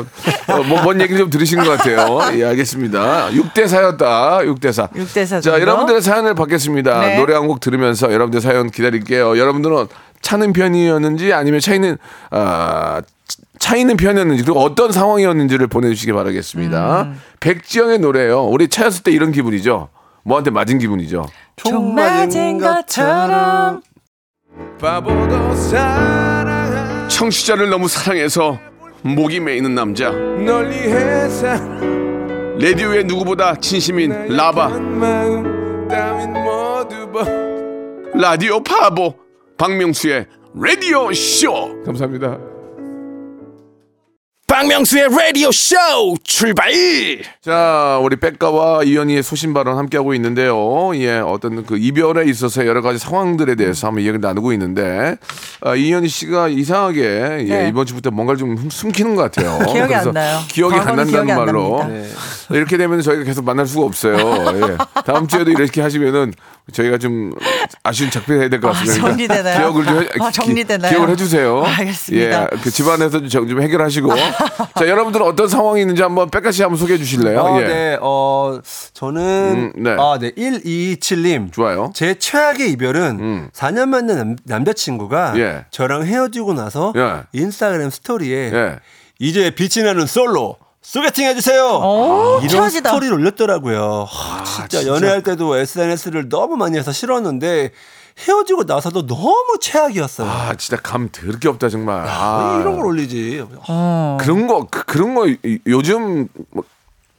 [SPEAKER 3] 어, 뭐, 뭔 얘기 좀 들으신 것 같아요. 예, 알겠습니다. 6대 4였다. 6대 4.
[SPEAKER 6] 육대 사
[SPEAKER 3] 자,
[SPEAKER 6] 정도?
[SPEAKER 3] 여러분들의 네, 사연을 받겠습니다.
[SPEAKER 6] 네.
[SPEAKER 3] 노래 한 곡 들으면서 여러분들 사연 기다릴게요. 여러분들은 차는 편이었는지 아니면 차이는 아 차이는 편이었는지 그리고 어떤 상황이었는지를 보내주시기 바라겠습니다. 백지영의 노래예요. 우리 차였을 때 이런 기분이죠. 뭐한테 맞은 기분이죠.
[SPEAKER 6] 총 맞은 것처럼
[SPEAKER 3] 바보도 사랑한 청취자를 너무 사랑해서 목이 메이는 남자 널리 해서 레디오의 누구보다 진심인 라바 라디오 파보 박명수의 라디오 쇼 감사합니다
[SPEAKER 1] 박명수의 라디오 쇼 출발!
[SPEAKER 3] 자 우리 백가와 이현희의 소신 발언 함께하고 있는데요 예 어떤 그 이별에 있어서 여러 가지 상황들에 대해서 한번 이야기를 나누고 있는데 아, 이현희 씨가 이상하게 예,
[SPEAKER 6] 네.
[SPEAKER 3] 이번 주부터 뭔가를 좀 흠- 숨기는 것 같아요
[SPEAKER 6] 기억이 안
[SPEAKER 3] 어, 그래서
[SPEAKER 6] 나요.
[SPEAKER 3] 기억이 안
[SPEAKER 6] 과거는
[SPEAKER 3] 난다는
[SPEAKER 6] 기억이 안
[SPEAKER 3] 말로 네.
[SPEAKER 6] 납니다.
[SPEAKER 3] 이렇게 되면 저희가 계속 만날 수가 없어요. 예. 다음 주에도 이렇게 하시면은 저희가 좀 아쉬운 작별 해야 될 것
[SPEAKER 6] 아,
[SPEAKER 3] 같습니다. 그러니까
[SPEAKER 6] 정리되나요?
[SPEAKER 3] 기억을 좀 해-
[SPEAKER 6] 아, 정리되나요?
[SPEAKER 3] 기, 기억을 해주세요.
[SPEAKER 6] 알겠습니다.
[SPEAKER 3] 예, 그 집안에서 좀, 좀 해결하시고 자 여러분들은 어떤 상황이 있는지 한번 백가씨 한번 소개해 주실래요?
[SPEAKER 7] 어,
[SPEAKER 3] 예.
[SPEAKER 7] 네, 어, 저는,
[SPEAKER 3] 음, 네.
[SPEAKER 7] 아, 네, 127님.
[SPEAKER 3] 좋아요. 음.
[SPEAKER 7] 제 최악의 이별은 4년 만난 남, 남자친구가
[SPEAKER 3] 예.
[SPEAKER 7] 저랑 헤어지고 나서
[SPEAKER 3] 예.
[SPEAKER 7] 인스타그램 스토리에
[SPEAKER 3] 예.
[SPEAKER 7] 이제 빛이 나는 솔로 소개팅 해주세요.
[SPEAKER 6] 오,
[SPEAKER 7] 아, 이런
[SPEAKER 6] 최악이다.
[SPEAKER 7] 스토리를 올렸더라고요.
[SPEAKER 3] 아,
[SPEAKER 7] 하, 진짜, 연애할 때도 SNS를 너무 많이 해서 싫었는데 헤어지고 나서도 너무 최악이었어요.
[SPEAKER 3] 아 진짜 감 더럽게 없다 정말. 아,
[SPEAKER 7] 왜 이런 걸 올리지.
[SPEAKER 6] 어.
[SPEAKER 3] 그런 거 그, 그런 거 이- 요즘 뭐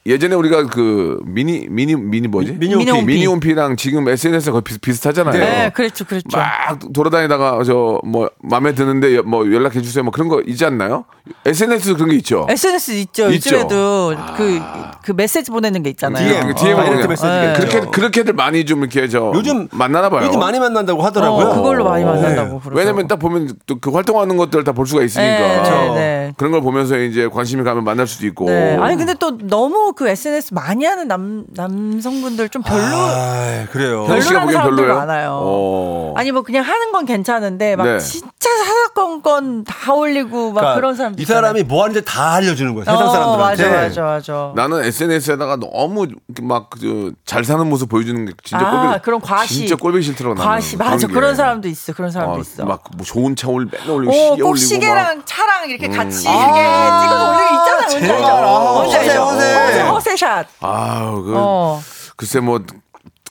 [SPEAKER 3] 예전에 우리가 그 미니 미니 미니 뭐지
[SPEAKER 7] 미- 미니홈피.
[SPEAKER 3] 미니홈피랑 지금 SNS 가 거의 비슷, 하잖아요
[SPEAKER 6] 네, 그렇죠, 그렇죠.
[SPEAKER 3] 막 돌아다니다가 저 뭐 마음에 드는데 여- 뭐 연락해 주세요 뭐 그런 거 있지 않나요? SNS 도 그런 게 있죠.
[SPEAKER 6] SNS 있죠.
[SPEAKER 3] 있죠.
[SPEAKER 6] 요즘에도 그, 그 메시지 보내는 게 있잖아요.
[SPEAKER 3] DM, DM
[SPEAKER 7] 아,
[SPEAKER 3] 로
[SPEAKER 7] 이렇게
[SPEAKER 3] 그냥.
[SPEAKER 7] 메시지가
[SPEAKER 6] 네.
[SPEAKER 7] 있죠.
[SPEAKER 3] 그렇게 그렇게들 많이 좀 이렇게 저
[SPEAKER 7] 요즘
[SPEAKER 3] 만나나 봐요.
[SPEAKER 7] 요즘 많이 만난다고
[SPEAKER 6] 어,
[SPEAKER 7] 하더라고요.
[SPEAKER 6] 그걸로 많이
[SPEAKER 3] 어.
[SPEAKER 6] 만난다고 그러죠.
[SPEAKER 3] 왜냐면 딱 보면 또 그 활동하는 것들 다 볼 수가 있으니까
[SPEAKER 6] 그렇죠. 네, 네, 네.
[SPEAKER 3] 그런 걸 보면서 이제 관심이 가면 만날 수도 있고.
[SPEAKER 6] 네. 아니 근데 또 너무 그 SNS 많이 하는 남 남성분들 좀 별로
[SPEAKER 7] 아, 그래요.
[SPEAKER 3] 현우 씨가
[SPEAKER 6] 별로라는
[SPEAKER 3] 보기엔
[SPEAKER 6] 사람들
[SPEAKER 3] 별로예요?
[SPEAKER 6] 많아요.
[SPEAKER 3] 어.
[SPEAKER 6] 아니 뭐 그냥 하는 건 괜찮은데 막
[SPEAKER 3] 네.
[SPEAKER 6] 진짜 진짜 사사건건 다 올리고 막 그런 사람.
[SPEAKER 7] 그러니까 이 사람이 뭐 하는지 다 알려주는 거예요. 세상
[SPEAKER 6] 어,
[SPEAKER 7] 사람들한테.
[SPEAKER 6] 맞아 맞아 맞아.
[SPEAKER 3] 나는 SNS에다가 너무 막그 잘 사는 모습 보여주는 게 진짜
[SPEAKER 6] 아,
[SPEAKER 3] 꼴보기
[SPEAKER 6] 그런 과시.
[SPEAKER 3] 진짜 꼴보기 싫더라고 나는.
[SPEAKER 6] 과시 맞아
[SPEAKER 3] 게.
[SPEAKER 6] 그런 사람도 있어 그런 사람도
[SPEAKER 3] 어,
[SPEAKER 6] 있어.
[SPEAKER 3] 막뭐 좋은 차 올, 맨날 올리고 시계
[SPEAKER 6] 오,
[SPEAKER 3] 올리고
[SPEAKER 6] 꼭
[SPEAKER 3] 막.
[SPEAKER 6] 시계랑 차랑 이렇게 같이 이렇게 찍어서 올리는 거 있잖아. 뭔지
[SPEAKER 7] 제발.
[SPEAKER 6] 알죠?
[SPEAKER 7] 아,
[SPEAKER 6] 뭔지
[SPEAKER 7] 허세,
[SPEAKER 6] 알죠?
[SPEAKER 7] 허세.
[SPEAKER 6] 허세, 허세샷.
[SPEAKER 3] 아우 그
[SPEAKER 6] 어.
[SPEAKER 3] 글쎄 뭐.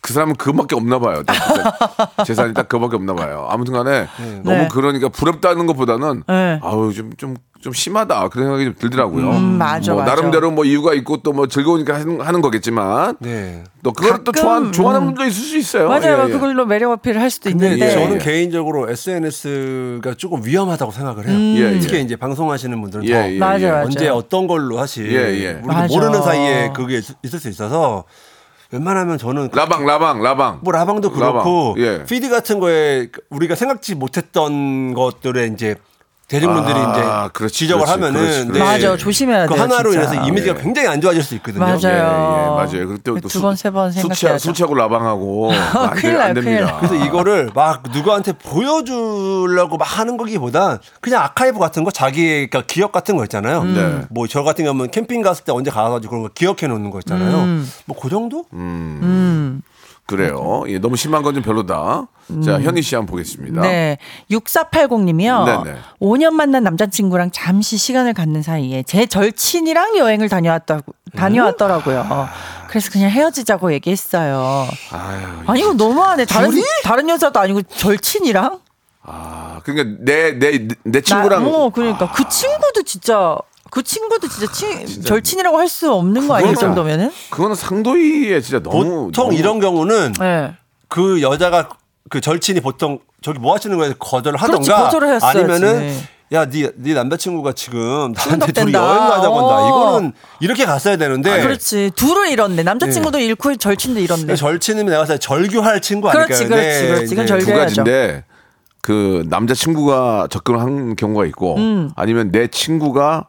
[SPEAKER 3] 그 사람은 그거밖에 없나 봐요. 딱 [laughs] 그때 재산이 딱 그거밖에 없나 봐요. 아무튼간에 너무
[SPEAKER 6] 네.
[SPEAKER 3] 그러니까 부럽다는 것보다는
[SPEAKER 6] 네.
[SPEAKER 3] 아우 좀 좀 좀 심하다 그런 생각이 좀 들더라고요.
[SPEAKER 6] 음, 맞아,
[SPEAKER 3] 뭐
[SPEAKER 6] 맞아.
[SPEAKER 3] 나름대로 뭐 이유가 있고 또 뭐 즐거우니까 하는, 하는 거겠지만
[SPEAKER 7] 네.
[SPEAKER 3] 또 그걸 또
[SPEAKER 6] 가끔,
[SPEAKER 3] 좋아하는, 좋아하는
[SPEAKER 6] 음.
[SPEAKER 3] 분도 있을 수 있어요.
[SPEAKER 6] 맞아요.
[SPEAKER 3] 예, 예.
[SPEAKER 6] 그걸로 매력 어필을 할 수도
[SPEAKER 7] 근데
[SPEAKER 6] 있는데.
[SPEAKER 7] 저는
[SPEAKER 3] 예.
[SPEAKER 7] 개인적으로 SNS가 조금 위험하다고 생각을 해요.
[SPEAKER 3] 예, 예.
[SPEAKER 7] 특히 이제 방송하시는 분들은
[SPEAKER 3] 예,
[SPEAKER 7] 더
[SPEAKER 3] 예,
[SPEAKER 6] 맞아요,
[SPEAKER 3] 예.
[SPEAKER 6] 음. 맞아요.
[SPEAKER 7] 언제 어떤 걸로 하실
[SPEAKER 3] 예, 예.
[SPEAKER 7] 우리도
[SPEAKER 6] 맞아.
[SPEAKER 7] 모르는 사이에 그게 있- 있을 수 있어서 웬만하면 저는
[SPEAKER 3] 라방 라방 라방.
[SPEAKER 7] 뭐 라방도
[SPEAKER 3] 라방,
[SPEAKER 7] 그렇고
[SPEAKER 3] 예.
[SPEAKER 7] 피드 같은 거에 우리가 생각지 못했던 것들에 이제 대중분들이
[SPEAKER 3] 아,
[SPEAKER 7] 이제
[SPEAKER 3] 그렇지,
[SPEAKER 7] 지적을
[SPEAKER 3] 그렇지,
[SPEAKER 7] 하면은
[SPEAKER 3] 그렇지, 그렇지.
[SPEAKER 7] 네.
[SPEAKER 6] 맞아, 조심해야
[SPEAKER 7] 그
[SPEAKER 6] 돼요,
[SPEAKER 7] 하나로
[SPEAKER 6] 진짜.
[SPEAKER 7] 인해서 이미지가
[SPEAKER 3] 예.
[SPEAKER 7] 굉장히 안 좋아질 수 있거든요.
[SPEAKER 6] 맞아요.
[SPEAKER 3] 예, 예, 맞아요. 그리고 또
[SPEAKER 6] 두번
[SPEAKER 3] 수-
[SPEAKER 6] 세번
[SPEAKER 3] 숙취하,
[SPEAKER 6] 생각해야죠.
[SPEAKER 3] 숙취하고
[SPEAKER 6] [laughs]
[SPEAKER 3] 라방하고 안, 돼-
[SPEAKER 6] 큰일
[SPEAKER 3] 안
[SPEAKER 6] 나요, 큰일
[SPEAKER 3] 됩니다.
[SPEAKER 6] 나요.
[SPEAKER 7] 그래서 이거를 막 누구한테 보여주려고 막 하는 거기보다 그냥 아카이브 같은 거 자기 그러니까 기억 같은 거 있잖아요.
[SPEAKER 3] 네.
[SPEAKER 7] 뭐 저 같은 경우는 캠핑 갔을 때 언제 가가지고 그런 거 기억해 놓는 거 있잖아요.
[SPEAKER 6] 음.
[SPEAKER 7] 뭐 그 정도?
[SPEAKER 3] 음. 그래요. 예, 너무 심한 건 좀 별로다. 자, 현희 씨 한번 보겠습니다.
[SPEAKER 6] 음. 네. 6480님이요.
[SPEAKER 3] 네네.
[SPEAKER 6] 5년 만난 남자친구랑 잠시 시간을 갖는 사이에 제 절친이랑 여행을 다녀왔다고,
[SPEAKER 3] 음?
[SPEAKER 6] 다녀왔더라고요. 어. 그래서 그냥 헤어지자고 얘기했어요.
[SPEAKER 3] 아유,
[SPEAKER 6] 아니, 이거 너무하네. 다른, 다른 여자도 아니고 절친이랑?
[SPEAKER 3] 아, 그러니까 내 내 내 친구랑 아.
[SPEAKER 6] 나, 어, 그러니까. 그 친구도 진짜, 그 친구도 진짜, 친, 절친이라고 할 수 없는 거 아니에요? 이
[SPEAKER 3] 그거는-
[SPEAKER 6] 정도면은?
[SPEAKER 3] 그건 상도이에 진짜 너무
[SPEAKER 7] 보통
[SPEAKER 3] 너무-
[SPEAKER 7] 이런 경우는
[SPEAKER 6] 네.
[SPEAKER 7] 그 여자가 그 절친이 보통 저기 뭐 하시는 거야 거절을
[SPEAKER 6] 그렇지,
[SPEAKER 7] 하던가
[SPEAKER 6] 거절을 했어야지.
[SPEAKER 7] 아니면은 야네네 남자친구가 지금 나한테 둘이
[SPEAKER 6] 된다.
[SPEAKER 7] 여행 가자고 한다
[SPEAKER 6] 어.
[SPEAKER 7] 이거는 이렇게 갔어야
[SPEAKER 3] 네.
[SPEAKER 7] 되는데
[SPEAKER 6] 아, 그렇지. 둘을 잃었네. 남자친구도 잃고 절친도 잃었네.
[SPEAKER 7] 절친이면 내가 봤을 때 절규할 친구 아닐까요?
[SPEAKER 6] 그렇지,
[SPEAKER 7] 근데
[SPEAKER 6] 그렇지, 그렇지. 그건
[SPEAKER 7] 이제
[SPEAKER 3] 두
[SPEAKER 6] 절개야죠.
[SPEAKER 3] 가지인데 그 남자친구가 접근을 한 경우가 있고
[SPEAKER 6] 음.
[SPEAKER 3] 아니면 내 친구가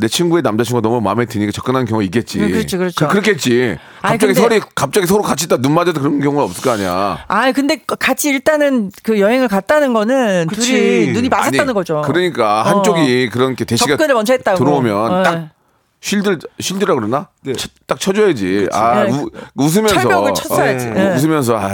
[SPEAKER 3] 내 친구의 남자친구가 너무 마음에 드니까 접근한 경우가 있겠지.
[SPEAKER 6] 음, 그렇죠, 그렇죠.
[SPEAKER 3] 그, 렇겠지
[SPEAKER 6] 아니,
[SPEAKER 3] 갑자기
[SPEAKER 6] 근데-
[SPEAKER 3] 서로 갑자기 서로 같이 있다 눈 맞아도 그런 경우가 없을 거 아니야.
[SPEAKER 6] 아, 근데 같이 일단은 그 여행을 갔다는 거는
[SPEAKER 7] 그치.
[SPEAKER 6] 둘이 눈이 맞았다는
[SPEAKER 3] 아니,
[SPEAKER 6] 거죠.
[SPEAKER 3] 그러니까
[SPEAKER 6] 어.
[SPEAKER 3] 한쪽이 그런 게 대시가
[SPEAKER 6] 접근을 먼저 했다고.
[SPEAKER 3] 들어오면
[SPEAKER 6] 네.
[SPEAKER 3] 딱 쉴드 쉴드라 그러나 쳐- 딱 쳐줘야지. 아
[SPEAKER 6] 네.
[SPEAKER 3] 우, 웃으면서
[SPEAKER 6] 철벽을 쳤어야지. 네.
[SPEAKER 3] 웃으면서 아.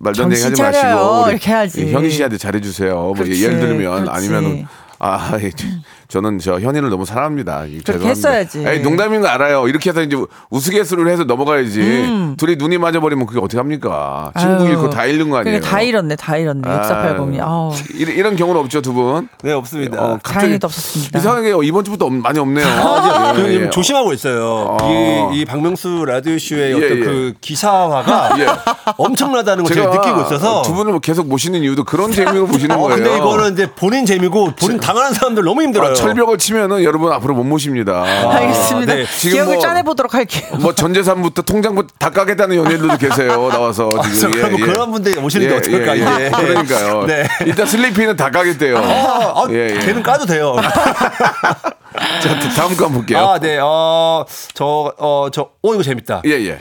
[SPEAKER 3] 말도 안 되게 하지
[SPEAKER 6] 정신 차려요.
[SPEAKER 3] 마시고 우리
[SPEAKER 6] 이렇게 해야지.
[SPEAKER 3] 현희 씨한테 잘해주세요. 뭐
[SPEAKER 6] 그렇지,
[SPEAKER 3] 예를 들면
[SPEAKER 6] 그렇지.
[SPEAKER 3] 아니면은 아 예, 저- 저는 저 현희를 너무 사랑합니다. 이, 죄송합니다.
[SPEAKER 6] 했어야지.
[SPEAKER 3] 에이, 농담인 거 알아요. 이렇게 해서 이제 우스갯소리를 해서 넘어가야지. 둘이 눈이 맞아버리면 그게 어떻게 합니까? 친구
[SPEAKER 6] 음. 아유.
[SPEAKER 3] 잃고 다 잃는 거 아니에요? 아.
[SPEAKER 6] 그러니까 다 잃었네, 다 잃었네. 6480이. 아우.
[SPEAKER 3] 이- 이런 경우는 없죠 두 분.
[SPEAKER 7] 네 없습니다.
[SPEAKER 3] 어, 갑자기-
[SPEAKER 6] 다행히도 없었습니다.
[SPEAKER 3] 이상하게 이번 주부터 없- 많이
[SPEAKER 6] [laughs]
[SPEAKER 3] 없네요.
[SPEAKER 7] 아,
[SPEAKER 3] 예,
[SPEAKER 7] 그
[SPEAKER 3] 예.
[SPEAKER 7] 좀 조심하고 있어요.
[SPEAKER 3] 아.
[SPEAKER 7] 이, 이 박명수 라디오 쇼의
[SPEAKER 3] 예,
[SPEAKER 7] 어떤
[SPEAKER 3] 예.
[SPEAKER 7] 그 기사화가
[SPEAKER 3] [laughs] 예.
[SPEAKER 7] 엄청나다는 걸 제가, 느끼고 있어서.
[SPEAKER 3] 두 분을 뭐 계속 모시는 이유도 그런
[SPEAKER 6] 네.
[SPEAKER 3] 재미로 보시는
[SPEAKER 7] 어,
[SPEAKER 3] 거예요.
[SPEAKER 7] 근데 이거는 이제 본인 재미고 본인 당하는 사람들 너무
[SPEAKER 3] 아,
[SPEAKER 7] 힘들어요.
[SPEAKER 3] 철벽을 치면은 여러분 앞으로 못 모십니다.
[SPEAKER 6] [laughs] 알겠습니다.
[SPEAKER 7] 네,
[SPEAKER 3] 아, 지금
[SPEAKER 6] 기억을
[SPEAKER 3] 뭐-
[SPEAKER 6] 짜내보도록 할게요.
[SPEAKER 3] 뭐 전재산부터 통장부터 다 까겠다는 연예인들도 계세요. 나와서
[SPEAKER 7] 그래서
[SPEAKER 3] 지금 예,
[SPEAKER 7] 아, 그럼
[SPEAKER 3] 예.
[SPEAKER 7] 그런 분들 오시는 게
[SPEAKER 3] 예,
[SPEAKER 7] 어떨까
[SPEAKER 3] 예,
[SPEAKER 7] 이제. [laughs]
[SPEAKER 3] 예. 그러니까요. 어, 예,
[SPEAKER 7] 네.
[SPEAKER 3] 일단 슬리피는 다 까겠대요.
[SPEAKER 7] 아, 아, 걔는 까도 돼요.
[SPEAKER 3] 아, 자, 다음 거 한번 볼게요.
[SPEAKER 7] 아, 네. 어, 저, 어, 저, 오, 이거 재밌다.
[SPEAKER 3] 예, 예.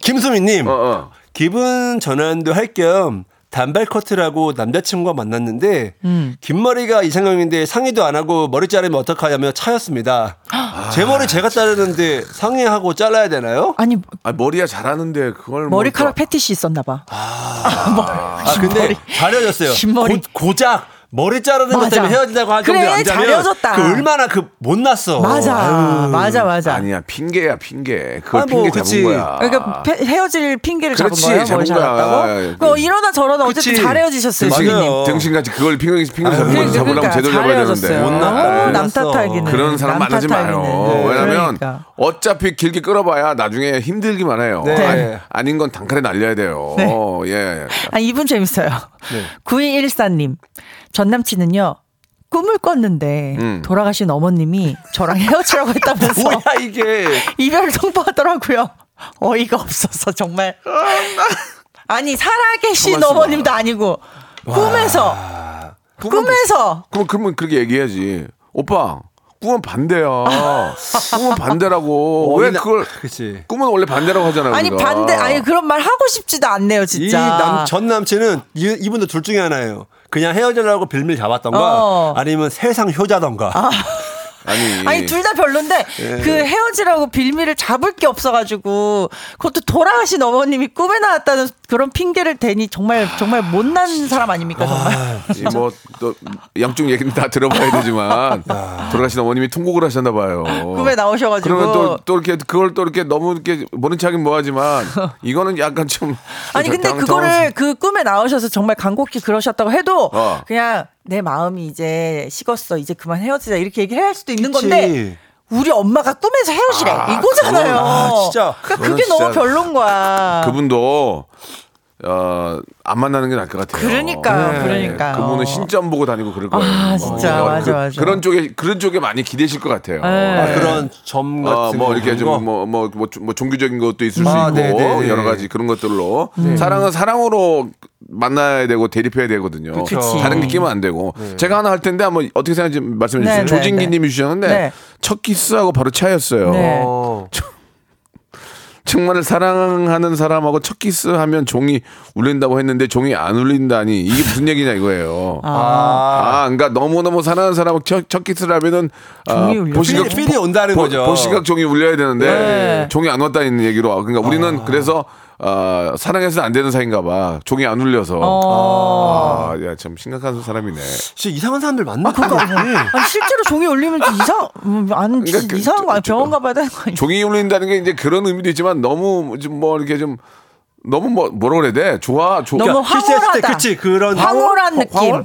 [SPEAKER 7] 김수민님,
[SPEAKER 3] 어, 어.
[SPEAKER 6] 아,
[SPEAKER 7] 기분 전환도 할 겸 단발 커트라고 남자친구가 만났는데 긴 머리가 이상형인데 상의도 안 하고 머리 자르면 어떡하냐며 차였습니다.
[SPEAKER 3] 아,
[SPEAKER 7] 제 머리 제가 자르는데 상의하고 잘라야 되나요?
[SPEAKER 6] 아니,
[SPEAKER 3] 아, 머리야 잘하는데 그걸 뭐
[SPEAKER 6] 머리카락
[SPEAKER 3] 또-
[SPEAKER 6] 패티시 있었나 봐.
[SPEAKER 7] 아 근데 잘려졌어요.
[SPEAKER 6] 긴 머리.
[SPEAKER 7] 고, 작 머리 자르는 것
[SPEAKER 6] 맞아.
[SPEAKER 7] 때문에 헤어진다고 한
[SPEAKER 6] 그래,
[SPEAKER 7] 정도에 안 자면
[SPEAKER 6] 잘려졌다.
[SPEAKER 7] 그 얼마나 그 못 났어.
[SPEAKER 6] 맞아. 맞아, 맞아.
[SPEAKER 3] 아니야 핑계야 핑계. 그걸
[SPEAKER 7] 아,
[SPEAKER 3] 핑계
[SPEAKER 7] 뭐,
[SPEAKER 3] 잡은
[SPEAKER 7] 그치.
[SPEAKER 3] 거야. 아,
[SPEAKER 6] 그러니까 페- 헤어질 핑계를
[SPEAKER 3] 그렇지, 아,
[SPEAKER 6] 잡은 거예요.
[SPEAKER 3] 잡은
[SPEAKER 6] 머리
[SPEAKER 3] 거야.
[SPEAKER 6] 잘랐다고. 그 이러나 저러나 어쨌든
[SPEAKER 7] 그치.
[SPEAKER 6] 잘 헤어지셨어요,
[SPEAKER 7] 그치.
[SPEAKER 6] 지금.
[SPEAKER 7] 맞아요.
[SPEAKER 3] 등신같이 그걸 핑계 핑계 잡은
[SPEAKER 6] 그래,
[SPEAKER 3] 거 잡으려면
[SPEAKER 6] 그러니까
[SPEAKER 3] 제대로
[SPEAKER 6] 잘
[SPEAKER 3] 잡아야
[SPEAKER 6] 헤어졌어요.
[SPEAKER 3] 되는데.
[SPEAKER 7] 못 났다.
[SPEAKER 6] 어,
[SPEAKER 7] 못
[SPEAKER 6] 남
[SPEAKER 7] 났어.
[SPEAKER 6] 탓하기는.
[SPEAKER 3] 그런 사람
[SPEAKER 6] 남
[SPEAKER 3] 만나지
[SPEAKER 6] 탓하기는.
[SPEAKER 3] 마요.
[SPEAKER 6] 네.
[SPEAKER 3] 왜냐면
[SPEAKER 6] 그러니까.
[SPEAKER 3] 어차피 길게 끌어봐야 나중에 힘들기만 해요.
[SPEAKER 7] 네.
[SPEAKER 3] 아니, 아닌 건 단칼에 날려야 돼요.
[SPEAKER 6] 네.
[SPEAKER 3] 어, 예.
[SPEAKER 6] 아, 이분 재밌어요.
[SPEAKER 7] 네.
[SPEAKER 6] 9214님. 전 남친은요. 꿈을 꿨는데 돌아가신 어머님이 저랑 헤어지라고 했다면서
[SPEAKER 7] 음. 뭐야 이게.
[SPEAKER 6] 이별을 통보하더라고요. 어이가 없어서 정말. 아니 살아계신
[SPEAKER 3] 가만 있어봐.
[SPEAKER 6] 어머님도 아니고 꿈에서
[SPEAKER 3] 그러면-
[SPEAKER 6] 꿈에서
[SPEAKER 3] 그럼 그러면 그렇게 얘기해야지. 오빠 꿈은
[SPEAKER 6] [laughs]
[SPEAKER 3] 반대야. 꿈은 반대라고. 왜
[SPEAKER 7] 어린아-
[SPEAKER 3] 그걸
[SPEAKER 7] 그치.
[SPEAKER 3] 꿈은 원래 반대라고 하잖아요.
[SPEAKER 6] 아니
[SPEAKER 3] 우리가.
[SPEAKER 6] 반대 아니 그런 말 하고 싶지도 않네요 진짜.
[SPEAKER 7] 뭐- 이남전 남친은 이, 이분도 둘 중에 하나예요. 그냥 헤어지려고 빌밀 잡았던가
[SPEAKER 6] 어. 아,
[SPEAKER 7] 아니면 세상 효자던가.
[SPEAKER 3] 아니,
[SPEAKER 6] 아니 둘 다 별론데 그 헤어지라고 빌미를 잡을 게 없어가지고 그것도 돌아가신 어머님이 꿈에 나왔다는 그런 핑계를 대니 정말 정말 못난 사람 아닙니까 정말.
[SPEAKER 3] 뭐또 양쪽 얘기는 다 들어봐야 되지만 돌아가신 어머님이 통곡을 하셨나 봐요.
[SPEAKER 6] 꿈에 나오셔가지고.
[SPEAKER 3] 그러면 또, 또 이렇게 그걸 또 이렇게 너무 이렇게 모른 척하긴 뭐하지만 이거는 약간 좀
[SPEAKER 6] 아니 근데
[SPEAKER 3] 당-
[SPEAKER 6] 그거를
[SPEAKER 3] 당황스-
[SPEAKER 6] 그 꿈에 나오셔서 정말 간곡히 그러셨다고 해도
[SPEAKER 3] 어.
[SPEAKER 6] 그냥 내 마음이 이제 식었어 이제 그만 헤어지자 이렇게 얘기를 할 수도 있는
[SPEAKER 7] 그치.
[SPEAKER 6] 건데 우리 엄마가 꿈에서 헤어지래 이거잖아요.
[SPEAKER 7] 그건- 아, 진짜.
[SPEAKER 6] 그러니까
[SPEAKER 3] 그거는
[SPEAKER 6] 그게
[SPEAKER 3] 진짜
[SPEAKER 6] 너무 별론 거야.
[SPEAKER 3] 그분도 어, 안 만나는 게 나을 것 같아요. 네.
[SPEAKER 6] 그러니까요, 그러니까요. 어.
[SPEAKER 3] 그분은 신점 보고 다니고 그럴 거예요.
[SPEAKER 6] 아, 진짜,
[SPEAKER 3] 어,
[SPEAKER 6] 맞아, 맞아.
[SPEAKER 3] 그런 쪽에 그런 쪽에 많이 기대실 것 같아요.
[SPEAKER 7] 아,
[SPEAKER 6] 네.
[SPEAKER 7] 그런 점 같은
[SPEAKER 3] 어, 뭐 이렇게
[SPEAKER 7] 그런
[SPEAKER 3] 좀
[SPEAKER 7] 거?
[SPEAKER 3] 뭐 뭐 뭐 종교적인 것도 있을
[SPEAKER 7] 아,
[SPEAKER 3] 수 있고
[SPEAKER 7] 네네네.
[SPEAKER 3] 여러 가지 그런 것들로
[SPEAKER 6] 네. 음.
[SPEAKER 3] 사랑은 사랑으로 만나야 되고 대립해야 되거든요.
[SPEAKER 6] 그치.
[SPEAKER 3] 다른 게 끼면 안 되고 제가 하나 할 텐데 한번 어떻게 생각하는지 말씀해
[SPEAKER 6] 네,
[SPEAKER 3] 주세요.
[SPEAKER 6] 네,
[SPEAKER 3] 조진기님이 주셨는데
[SPEAKER 6] 네.
[SPEAKER 3] 첫 키스하고 바로 그- 차였어요.
[SPEAKER 6] 네.
[SPEAKER 3] 뭐.
[SPEAKER 7] 어.
[SPEAKER 3] 정말 사랑하는 사람하고 첫 키스하면 종이 울린다고 했는데 종이 안 울린다니 이게 무슨 얘기냐 이거예요. 아, 그러니까 너무너무 사랑하는 사람하고 첫, 첫 키스를 하면은 아,
[SPEAKER 6] 종이 울려.
[SPEAKER 3] 보시각
[SPEAKER 7] 필이- 필이
[SPEAKER 6] 네,
[SPEAKER 7] 온다는 거죠.
[SPEAKER 3] 보시각 종이 울려야 되는데 종이 안 왔다는 얘기로. 아, 그러니까 우리는 그래서 아, 사랑해서는 안 되는 사이인가 봐. 종이 안 울려서.
[SPEAKER 6] 어.
[SPEAKER 3] 아, 야, 참 심각한 사람이네.
[SPEAKER 7] 진짜 그러니까 이상한 사람들 많나?
[SPEAKER 6] 아니, 그러니까. 실제로 종이 울리면 좀 이상 음, 안
[SPEAKER 3] 그러니까 그-
[SPEAKER 6] 이상한 거 아니
[SPEAKER 3] 저-
[SPEAKER 6] 병원 가봐야 되는 거 아니야?
[SPEAKER 3] 종이 울린다는 게 이제 그런 의미도 있지만 너무 좀 뭐 이렇게 좀 너무 뭐 뭐라 그래야 돼? 좋아, 좋아.
[SPEAKER 6] 너무
[SPEAKER 7] 키스했을 때
[SPEAKER 6] 황홀하다.
[SPEAKER 7] 그치 그런
[SPEAKER 6] 황홀한
[SPEAKER 3] 황홀?
[SPEAKER 6] 느낌.
[SPEAKER 3] 황홀?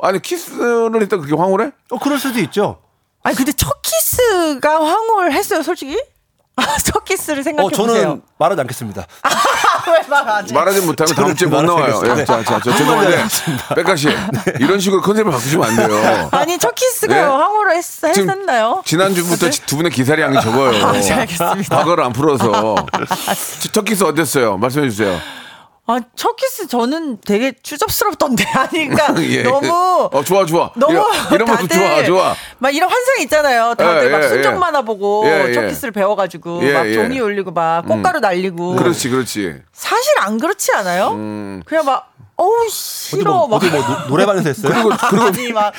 [SPEAKER 3] 아니 키스를 했다 그렇게 황홀해?
[SPEAKER 7] 어 그럴 수도 있죠.
[SPEAKER 6] 아니 근데 첫 키스가 황홀했어요 솔직히. [laughs] 아, 첫 키스를
[SPEAKER 7] 어
[SPEAKER 6] 생각해 보세요. 아,
[SPEAKER 7] 저는 말하지 않겠습니다.
[SPEAKER 6] 왜말안 해?
[SPEAKER 3] 말하지 못하면 다음 주에 못
[SPEAKER 7] 저는
[SPEAKER 3] 나와요.
[SPEAKER 7] 말하지
[SPEAKER 3] 예, 자, 자, 저
[SPEAKER 7] 않겠습니다.
[SPEAKER 3] 죄송한데
[SPEAKER 7] 네.
[SPEAKER 3] 백가 씨 이런 식으로 컨셉을 바꾸시면 안 돼요.
[SPEAKER 6] 아니 첫 키스가
[SPEAKER 3] 예?
[SPEAKER 6] 황홀을 했,
[SPEAKER 3] 지금
[SPEAKER 6] 했었나요?
[SPEAKER 3] 지난주부터 두 분의 기사량이 적어요.
[SPEAKER 6] 아, 잘 [laughs] 알겠습니다.
[SPEAKER 3] 과거를 안
[SPEAKER 6] [laughs]
[SPEAKER 3] 풀어서. 첫- 첫 키스 어땠어요? 말씀해 주세요.
[SPEAKER 6] 아, 첫 키스 저는 되게 추접스럽던데. [laughs] 아니, 그러니까
[SPEAKER 3] [laughs] 예.
[SPEAKER 6] 너무.
[SPEAKER 3] 어, 좋아, 좋아.
[SPEAKER 6] 너무
[SPEAKER 3] 이런- 이런 것도 좋아,
[SPEAKER 6] 다들
[SPEAKER 3] 좋아.
[SPEAKER 6] 막 이런 환상 있잖아요. 다들
[SPEAKER 3] 예,
[SPEAKER 6] 막
[SPEAKER 3] 예,
[SPEAKER 6] 순정
[SPEAKER 3] 예.
[SPEAKER 6] 만화 보고
[SPEAKER 3] 예,
[SPEAKER 6] 첫
[SPEAKER 3] 예.
[SPEAKER 6] 키스를 배워가지고
[SPEAKER 3] 예,
[SPEAKER 6] 막
[SPEAKER 3] 예.
[SPEAKER 6] 종이 울리고 막 꽃가루 날리고.
[SPEAKER 3] 그렇지, 음. 그렇지.
[SPEAKER 6] 사실 안 그렇지 않아요? 그냥 막 어우 싫어 막
[SPEAKER 7] 어떻게 뭐 노- 노래방에서 했어요?
[SPEAKER 3] 그리고 그리고
[SPEAKER 6] 아니 막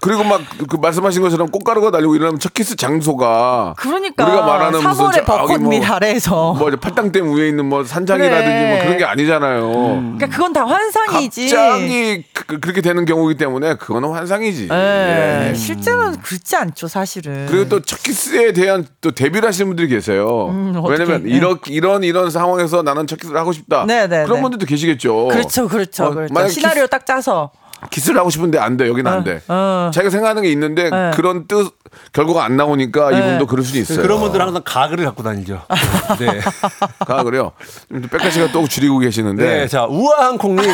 [SPEAKER 3] 그리고 막 그 말씀하신 것처럼 꽃가루가 날리고 이러면 첫 키스 장소가
[SPEAKER 6] 그러니까
[SPEAKER 3] 우리가 말하는 무슨
[SPEAKER 6] 3월의
[SPEAKER 3] 저-
[SPEAKER 6] 벚꽃
[SPEAKER 3] 아기 뭐-
[SPEAKER 6] 밑 아래에서
[SPEAKER 3] 뭐 이제 팔당댐 위에 있는 뭐 산장이라든지
[SPEAKER 6] 그래.
[SPEAKER 3] 뭐 그런 게 아니잖아요.
[SPEAKER 6] 그러니까 그건 다 환상이지.
[SPEAKER 3] 갑자기 그, 렇게 되는 경우이기 때문에 그거는 환상이지.
[SPEAKER 6] 예.
[SPEAKER 3] 예.
[SPEAKER 6] 실제로는 그렇지 않죠 사실은.
[SPEAKER 3] 그리고 또 첫 키스에 대한 또 데뷔를 하시는 분들이 계세요.
[SPEAKER 6] 어떡해.
[SPEAKER 3] 왜냐면
[SPEAKER 6] 네.
[SPEAKER 3] 이런 이런 이런 상황에서 나는 첫 키스를 하고 싶다.
[SPEAKER 6] 네, 네,
[SPEAKER 3] 그런
[SPEAKER 6] 네.
[SPEAKER 3] 분들도 계시겠죠.
[SPEAKER 6] 그렇죠, 그렇죠,
[SPEAKER 3] 어,
[SPEAKER 6] 그렇죠.
[SPEAKER 3] 만약에
[SPEAKER 6] 시나리오 딱 짜서.
[SPEAKER 3] 키스를 하고 싶은데 안 돼. 여기는 안 돼.
[SPEAKER 6] 어. 네.
[SPEAKER 3] 자기가 생각하는 게 있는데 그런 뜻 결과가 안 나오니까 이분도 그럴 수도 있어요.
[SPEAKER 7] 그런 분들 은 항상 가글을 갖고 다니죠. 네.
[SPEAKER 3] 가 아, 그래요. 지금 또 백가씨가 또 줄이고 계시는데.
[SPEAKER 7] 네, 자 우아한 콩님.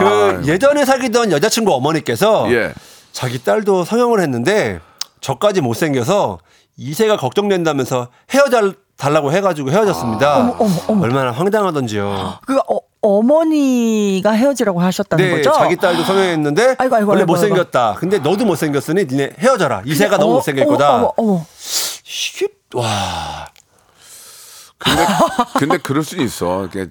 [SPEAKER 7] 그 예전에 사귀던 여자친구 어머니께서
[SPEAKER 3] 예.
[SPEAKER 7] 자기 딸도 성형을 했는데 저까지 못생겨서 이세가 걱정된다면서 헤어져 달라고 해가지고
[SPEAKER 6] 아,
[SPEAKER 7] 헤어졌습니다. 얼마나 황당하던지요.
[SPEAKER 6] 그 어, 어머니가 헤어지라고 하셨다는
[SPEAKER 7] 네,
[SPEAKER 6] 거죠?
[SPEAKER 7] 자기 딸도 성형했는데
[SPEAKER 6] 아이고, 아이고,
[SPEAKER 7] 원래
[SPEAKER 6] 아이고,
[SPEAKER 7] 못생겼다. 근데 너도 못생겼으니 니네 헤어져라. 이세가 너무
[SPEAKER 6] 어,
[SPEAKER 7] 못생길
[SPEAKER 6] 어머,
[SPEAKER 7] 거다.
[SPEAKER 6] 어머, 어머.
[SPEAKER 7] 쉽- 와,
[SPEAKER 3] 근데, 근데 그럴 수는 있어. 이렇게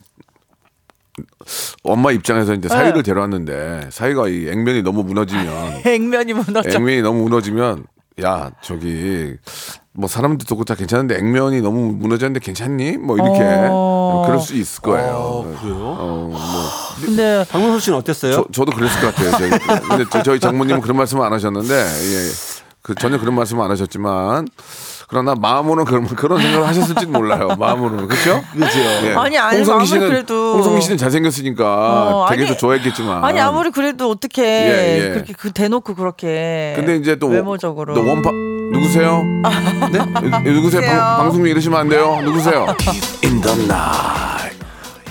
[SPEAKER 3] 엄마 입장에서 이제
[SPEAKER 6] 네.
[SPEAKER 3] 사위를 데려왔는데 사위가 이 액면이 너무 무너지면
[SPEAKER 6] 액면이 무너져.
[SPEAKER 3] 액면이 너무 무너지면 야 저기 뭐 사람들 듣고 다 괜찮은데 액면이 너무 무너졌는데 괜찮니? 뭐 이렇게
[SPEAKER 6] 어.
[SPEAKER 3] 그럴 수 있을 거예요.
[SPEAKER 7] 그래요?
[SPEAKER 3] 어, 뭐
[SPEAKER 6] 근데
[SPEAKER 7] 박명수 씨는 어땠어요?
[SPEAKER 3] 저, 저도 그랬을 것 같아요. 저희, 근데 저- 저희 장모님은 그런 말씀을 안 하셨는데, 예. 그 전혀 그런 말씀을 안 하셨지만, 그러나 마음으로는 그런, 그런 생각을 하셨을지도 몰라요. 마음으로는. 그렇죠? 그죠.
[SPEAKER 6] 아니, 아니, 아무리 그래도-
[SPEAKER 3] 홍성기 씨는 잘생겼으니까
[SPEAKER 6] 어,
[SPEAKER 3] 되게
[SPEAKER 6] 아니,
[SPEAKER 3] 더 좋아했겠지만.
[SPEAKER 6] 아니 아무리 그래도 어떻게
[SPEAKER 3] 예, 예.
[SPEAKER 6] 그렇게 그 대놓고 그렇게
[SPEAKER 3] 근데 이제 또.
[SPEAKER 6] 네. 외모적으로
[SPEAKER 3] 또 원파. 누구세요? 네? 누구세요? 방, 방송 중 이러시면 안 돼요. 누구세요?
[SPEAKER 1] in the night.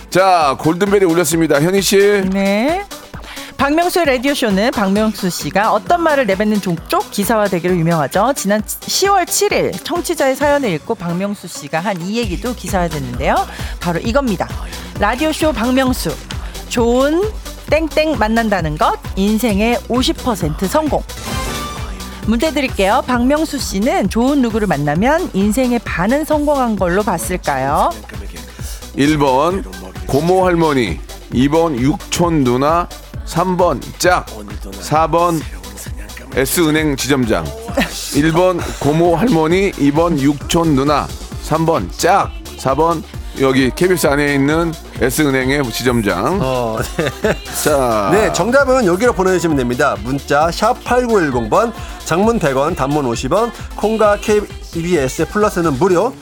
[SPEAKER 3] 자, 골든벨이 울렸습니다. 현희 씨.
[SPEAKER 6] 네. 박명수의 라디오쇼는 박명수 씨가 어떤 말을 내뱉는 종쪽 기사화 되기로 유명하죠. 지난 10월 7일 청취자의 사연을 읽고 박명수 씨가 한 이 얘기도 기사화됐는데요. 바로 이겁니다. 라디오쇼 박명수. 좋은 땡땡 만난다는 것 인생의 50% 성공. 문제 드릴게요. 박명수 씨는 좋은 누구를 만나면 인생의 반은 성공한 걸로 봤을까요?
[SPEAKER 3] 1번 고모 할머니 2번 육촌 누나 3번 짝 4번 S은행 지점장 1번 고모 할머니 2번 육촌 누나 3번 짝 4번 여기 KBS 안에 있는 S은행의 지점장
[SPEAKER 7] 어, 네.
[SPEAKER 3] 자
[SPEAKER 7] 네, 정답은 여기로 보내주시면 됩니다. 문자 샵 8910번, 장문 100원, 단문 50원, 콩과 KBS 플러스는 무료.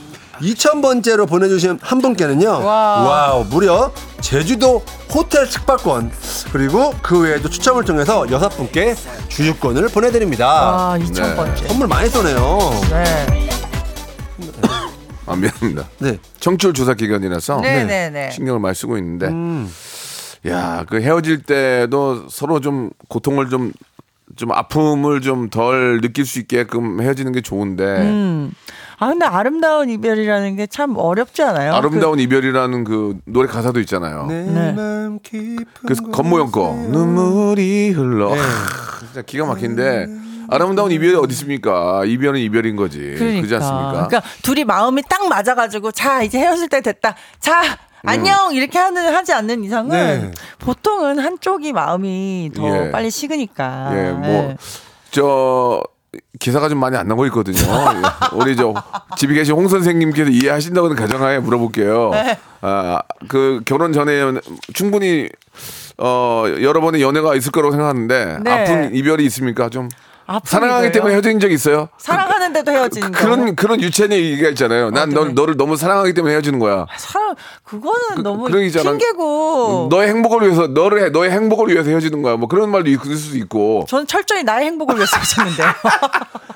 [SPEAKER 7] 2000번째로 보내주신 한 분께는요.
[SPEAKER 6] 와우.
[SPEAKER 7] 와우, 무려 제주도 호텔 숙박권. 그리고 그 외에도 추첨을 통해서 여섯 분께 주유권을 보내드립니다.
[SPEAKER 6] 아, 2000번째.
[SPEAKER 7] 선물 많이 쏘네요.
[SPEAKER 6] 네.
[SPEAKER 3] 아, 미안합니다
[SPEAKER 7] 네.
[SPEAKER 3] 청출 조사 기간이라서
[SPEAKER 6] 네, 네, 네.
[SPEAKER 3] 신경을 많이 쓰고 있는데
[SPEAKER 6] 음.
[SPEAKER 3] 야, 그 헤어질 때도 서로 좀 고통을 좀 좀 아픔을 좀 덜 느낄 수 있게끔 헤어지는 게 좋은데
[SPEAKER 6] 아, 근데 아름다운 이별이라는 게 참 어렵지 않아요?
[SPEAKER 3] 아름다운 이별이라는 그 노래 가사도 있잖아요.
[SPEAKER 6] 네.
[SPEAKER 7] 마음 깊은
[SPEAKER 3] 그 건모형 거 눈물이 흘러
[SPEAKER 6] 네.
[SPEAKER 3] 아, 진짜 기가 막힌데 아름다운 이별이 어디 있습니까? 이별은 이별인 거지.
[SPEAKER 6] 그, 그러니까.
[SPEAKER 3] 지 예, 않습니까?
[SPEAKER 6] 그러니까 둘이 마음이 딱 맞아가지고 자 이제 헤어질 때 됐다. 자
[SPEAKER 3] 음.
[SPEAKER 6] 안녕 이렇게 하는 하지 않는 이상은
[SPEAKER 7] 네.
[SPEAKER 6] 보통은 한쪽이 마음이 더
[SPEAKER 3] 예.
[SPEAKER 6] 빨리 식으니까.
[SPEAKER 3] 예,
[SPEAKER 6] 예.
[SPEAKER 3] 뭐, 저, 기사가 좀 많이 안 나고
[SPEAKER 6] [laughs]
[SPEAKER 3] 있거든요. 예, 우리 저, 집에 계신 홍 선생님께서 이해하신다고는 가정하에 물어볼게요.
[SPEAKER 6] 네.
[SPEAKER 3] 아, 그 결혼 전에 충분히, 어, 여러 번의 연애가 있을 거라고 생각하는데,
[SPEAKER 6] 네.
[SPEAKER 3] 아픈 이별이 있습니까? 좀.
[SPEAKER 6] 아픈
[SPEAKER 3] 사랑하기
[SPEAKER 6] 이별이요?
[SPEAKER 3] 때문에 헤어진 적 있어요?
[SPEAKER 6] 사랑하는데도 헤어지는 거.
[SPEAKER 3] 그런, 그런 유치원의 얘기가 있잖아요. 난
[SPEAKER 6] 네.
[SPEAKER 3] 너, 너를 너무 사랑하기 때문에 헤어지는 거야.
[SPEAKER 6] 사랑 그거는 너무
[SPEAKER 3] 그런 얘기잖아. 음,
[SPEAKER 6] 핑계고.
[SPEAKER 3] 너의 행복을 위해서, 너를, 해- 너의 행복을 위해서 헤어지는 거야. 뭐 그런 말도 있을 수도 있고.
[SPEAKER 6] 저는 철저히 나의 행복을
[SPEAKER 3] [laughs]
[SPEAKER 6] 위해서 헤어졌는데.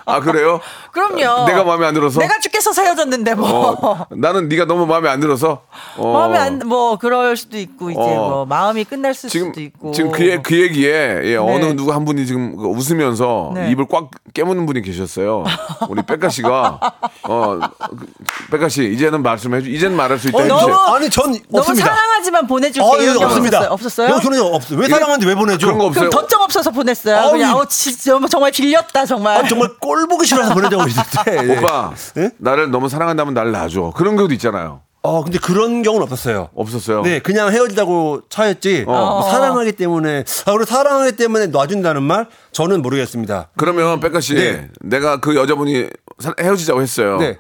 [SPEAKER 3] 아,
[SPEAKER 6] [laughs]
[SPEAKER 3] 그래요?
[SPEAKER 6] 그럼요.
[SPEAKER 3] 내가 마음에 안 들어서?
[SPEAKER 6] 내가 죽겠어서 헤어졌는데 뭐.
[SPEAKER 3] 어, 나는 네가 너무 마음에 안 들어서 어,
[SPEAKER 6] 마음에 안 뭐 그럴 수도 있고 이제
[SPEAKER 3] 어.
[SPEAKER 6] 뭐 마음이 끝날 수도
[SPEAKER 3] 지금
[SPEAKER 6] 있고.
[SPEAKER 3] 지금 그, 얘- 그 얘기에 예, 어느 누구 한 분이 지금 그 웃으면서
[SPEAKER 6] 네.
[SPEAKER 3] 입을 꽉 깨무는 분이 계셨어요. 우리 백가 씨가 어 그, 백가 씨 이제는 말씀해 주 이제는 말할 수 있다.
[SPEAKER 6] 어,
[SPEAKER 3] 해주세요.
[SPEAKER 6] 너무-
[SPEAKER 7] 아니, 전
[SPEAKER 6] 너무
[SPEAKER 7] 없습니다.
[SPEAKER 6] 사랑하지만 보내줄게
[SPEAKER 7] 아,
[SPEAKER 6] 이런
[SPEAKER 7] 예,
[SPEAKER 6] 게
[SPEAKER 7] 없습니다.
[SPEAKER 6] 없었어요?
[SPEAKER 7] 여
[SPEAKER 6] 없었어요?
[SPEAKER 7] 저는 없어요. 왜 사랑하는데 왜 보내줘?
[SPEAKER 3] 예. 그런 거 없어요.
[SPEAKER 6] 그럼 덧정 없어서 보냈어요.
[SPEAKER 7] 아우,
[SPEAKER 6] 그냥
[SPEAKER 7] 이-
[SPEAKER 6] 아우 진짜 정말 빌렸다 정말.
[SPEAKER 7] 아, 정말 꼴 보기 싫어서 보내자고 했는데. 예.
[SPEAKER 3] [laughs] 오빠
[SPEAKER 7] 예?
[SPEAKER 3] 나를 너무 사랑한다면 나를 놔줘. 그런 경우도 있잖아요.
[SPEAKER 7] 어, 근데 그런 경우는 없었어요.
[SPEAKER 3] 없었어요.
[SPEAKER 7] 네, 그냥 헤어지자고 차였지. 뭐 사랑하기 때문에 아, 그리고 사랑하기 때문에 놔준다는 말 저는 모르겠습니다.
[SPEAKER 3] 그러면 백가 씨
[SPEAKER 7] 네.
[SPEAKER 3] 내가 그 여자분이 사- 헤어지자고 했어요.
[SPEAKER 7] 네.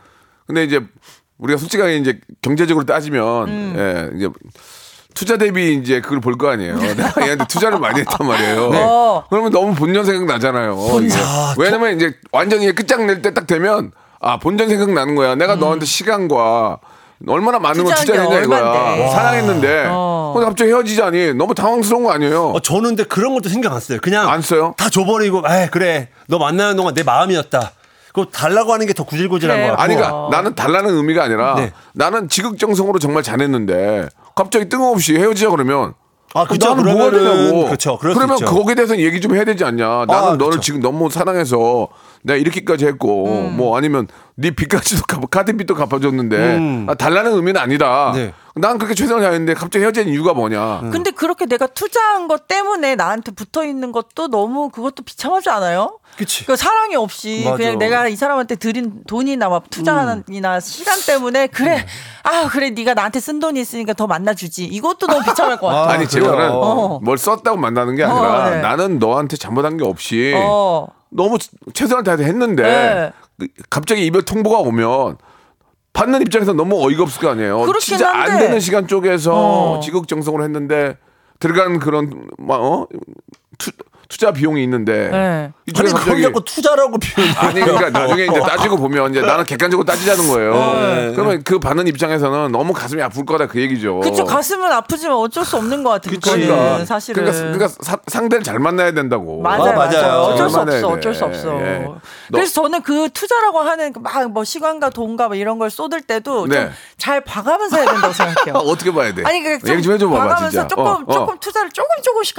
[SPEAKER 3] 근데 이제 우리가 솔직하게 이제 경제적으로 따지면
[SPEAKER 6] 음.
[SPEAKER 3] 예, 이제 투자 대비 이제 그걸 볼 거
[SPEAKER 6] [laughs]
[SPEAKER 3] 아니에요. 내가 얘한테 투자를 많이 했단 말이에요.
[SPEAKER 6] 어.
[SPEAKER 3] 그러면 너무 본전 생각 나잖아요. 왜냐면 이제 완전히 끝장낼 때 딱 되면 아 본전 생각 나는 거야. 내가 너한테 시간과 얼마나 많은 걸
[SPEAKER 6] 음. 투자한 게
[SPEAKER 3] 투자했냐 이거야.
[SPEAKER 6] 얼만데. 어.
[SPEAKER 3] 사랑했는데 근데 갑자기 헤어지자니 너무 당황스러운 거 아니에요.
[SPEAKER 7] 어, 저는 근데 그런 것도 생각 안 써요. 그냥
[SPEAKER 3] 안 써요?
[SPEAKER 7] 다 줘버리고, 에 그래, 너 만나는 동안 내 마음이었다. 그거 달라고 하는 게 더 구질구질한
[SPEAKER 6] 그래.
[SPEAKER 7] 거 같고.
[SPEAKER 3] 아니, 그러니까 나는 달라는 의미가 아니라
[SPEAKER 7] 네.
[SPEAKER 3] 나는 지극정성으로 정말 잘했는데 갑자기 뜬금없이 헤어지자 그러면
[SPEAKER 7] 아, 그쵸,
[SPEAKER 3] 나는 뭐가
[SPEAKER 7] 그러면은
[SPEAKER 3] 되냐고.
[SPEAKER 7] 그쵸, 그럴 수
[SPEAKER 3] 그러면
[SPEAKER 7] 있죠. 아,
[SPEAKER 3] 거기에 대해서 얘기 좀 해야 되지 않냐. 나는 너를
[SPEAKER 7] 그쵸.
[SPEAKER 3] 지금 너무 사랑해서 내가 이렇게까지 했고
[SPEAKER 6] 음.
[SPEAKER 3] 뭐 아니면 네 빚까지도 갚아 같은 빚도 갚아줬는데 아, 달라는 의미는 아니다.
[SPEAKER 7] 음. 네. 음.
[SPEAKER 3] 난 그렇게 최선을 다했는데 갑자기 헤어진 이유가 뭐냐.
[SPEAKER 6] [laughs] 근데 그렇게 내가 투자한 것 때문에 나한테 붙어 있는 것도 너무 그것도 비참하지 않아요?
[SPEAKER 7] 그치.
[SPEAKER 6] 그 사랑이 없이
[SPEAKER 7] 맞아.
[SPEAKER 6] 그냥 내가 이 사람한테 드린 돈이나 막
[SPEAKER 7] 음.
[SPEAKER 6] 투자나 시간 때문에 그래 아 그래 네가 나한테 쓴 돈이 있으니까 더 만나주지 이것도 너무 비참할
[SPEAKER 7] [laughs]
[SPEAKER 6] 것 같아.
[SPEAKER 3] 아니 제
[SPEAKER 7] 그래요?
[SPEAKER 3] 말은
[SPEAKER 6] 어.
[SPEAKER 3] 뭘 썼다고 만나는 게 아니라
[SPEAKER 6] 어, 네.
[SPEAKER 3] 나는 너한테 잘못한 게
[SPEAKER 7] 예.
[SPEAKER 3] 없이
[SPEAKER 6] 어.
[SPEAKER 3] 너무 최선을 다해서 했는데
[SPEAKER 6] 네.
[SPEAKER 3] 그- 갑자기 이별 통보가 오면 받는 입장에서 너무 어이가 없을 거 아니에요.
[SPEAKER 6] 그렇긴
[SPEAKER 3] 진짜 안
[SPEAKER 6] 한데.
[SPEAKER 3] 되는 시간 쪽에서
[SPEAKER 6] 어.
[SPEAKER 3] 지극정성으로 했는데 들어간 그런 막 어? 투, 투자 비용이 있는데
[SPEAKER 6] 네.
[SPEAKER 3] 이쪽에
[SPEAKER 7] 아니, 그걸
[SPEAKER 3] 갑자기
[SPEAKER 7] 자꾸 투자라고 어, 표현해.
[SPEAKER 3] 아니 그러니까 나중에 이제 따지고 보면 이제 나는 객관적으로 따지자는 거예요. 그러면 그 받는 입장에서는 너무 가슴이 아플 거다 그 얘기죠.
[SPEAKER 6] 네. 그쵸 가슴은 아프지만 어쩔 수 없는 것 같아.
[SPEAKER 3] 그치.
[SPEAKER 6] 그거는
[SPEAKER 3] 그러니까,
[SPEAKER 6] 사실은.
[SPEAKER 3] 그러니까, 그러니까 사- 상대를 잘 만나야 된다고.
[SPEAKER 6] 맞아요,
[SPEAKER 7] 아, 맞아요.
[SPEAKER 6] 맞아요. 어쩔 수
[SPEAKER 3] 만나야
[SPEAKER 6] 없어,
[SPEAKER 3] 돼.
[SPEAKER 6] 어쩔 수 없어.
[SPEAKER 3] 예.
[SPEAKER 6] 그래서 저는 그 투자라고 하는 막 뭐 시간과 돈과 뭐 이런 걸 쏟을 때도
[SPEAKER 3] 네.
[SPEAKER 6] 좀 잘 봐가면서 해야 된다고
[SPEAKER 3] 아,
[SPEAKER 6] 생각해요.
[SPEAKER 3] [laughs] 어떻게 봐야 돼?
[SPEAKER 6] 아니 그
[SPEAKER 3] 얘기 좀 해줘 봐봐
[SPEAKER 6] 봐가면서
[SPEAKER 3] 진짜.
[SPEAKER 6] 조금
[SPEAKER 3] 어, 어.
[SPEAKER 6] 조금 투자를 조금 조금씩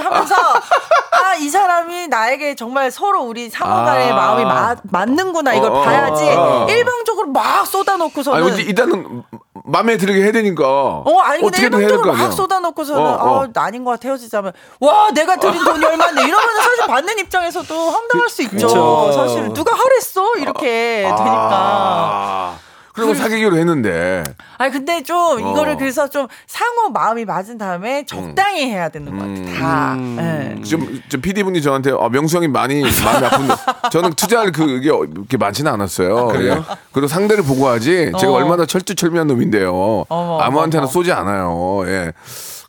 [SPEAKER 3] [laughs]
[SPEAKER 6] 하면서 아 이 사람이 나에게 정말 서로 우리 상호간의
[SPEAKER 3] 아.
[SPEAKER 6] 마음이 마- 맞는구나 이걸
[SPEAKER 3] 어, 어,
[SPEAKER 6] 봐야지
[SPEAKER 3] 어, 어.
[SPEAKER 6] 일방적으로 막 쏟아놓고서는
[SPEAKER 3] 아니, 근데 일단은 마음에 들게 해야 되니까.
[SPEAKER 6] 어, 아니, 근데
[SPEAKER 3] 어떻게든 해야 될
[SPEAKER 6] 일방적으로
[SPEAKER 3] 거 아니야.
[SPEAKER 6] 막 쏟아놓고서는,
[SPEAKER 3] 어, 어.
[SPEAKER 6] 아, 아닌 것 같아, 헤어지자면. 와, 내가 드린
[SPEAKER 3] [laughs]
[SPEAKER 6] 돈이 얼마인데. 이러면 사실 받는 입장에서도 황당할 수 있죠.
[SPEAKER 7] 그쵸.
[SPEAKER 6] 사실, 누가 하랬어? 이렇게 되니까.
[SPEAKER 3] 아, 그리고 사귀기로 했는데.
[SPEAKER 6] 아니, 근데 좀,
[SPEAKER 3] 어.
[SPEAKER 6] 이거를 그래서 좀 상호 마음이 맞은 다음에 적당히 해야 되는 것 같아, 다.
[SPEAKER 3] 음.
[SPEAKER 6] 예.
[SPEAKER 3] 지금 저 PD분이 저한테 아, 명수 형이 많이 마음이 아픈데 저는 투자할 그게 어- 그렇게 많지는 않았어요. 그래요? 그리고 상대를 보고 하지 제가
[SPEAKER 6] 어.
[SPEAKER 3] 얼마나 철두철미한 놈인데요.
[SPEAKER 6] 어머,
[SPEAKER 3] 아무한테나
[SPEAKER 6] 어머.
[SPEAKER 3] 쏘지 않아요. 예.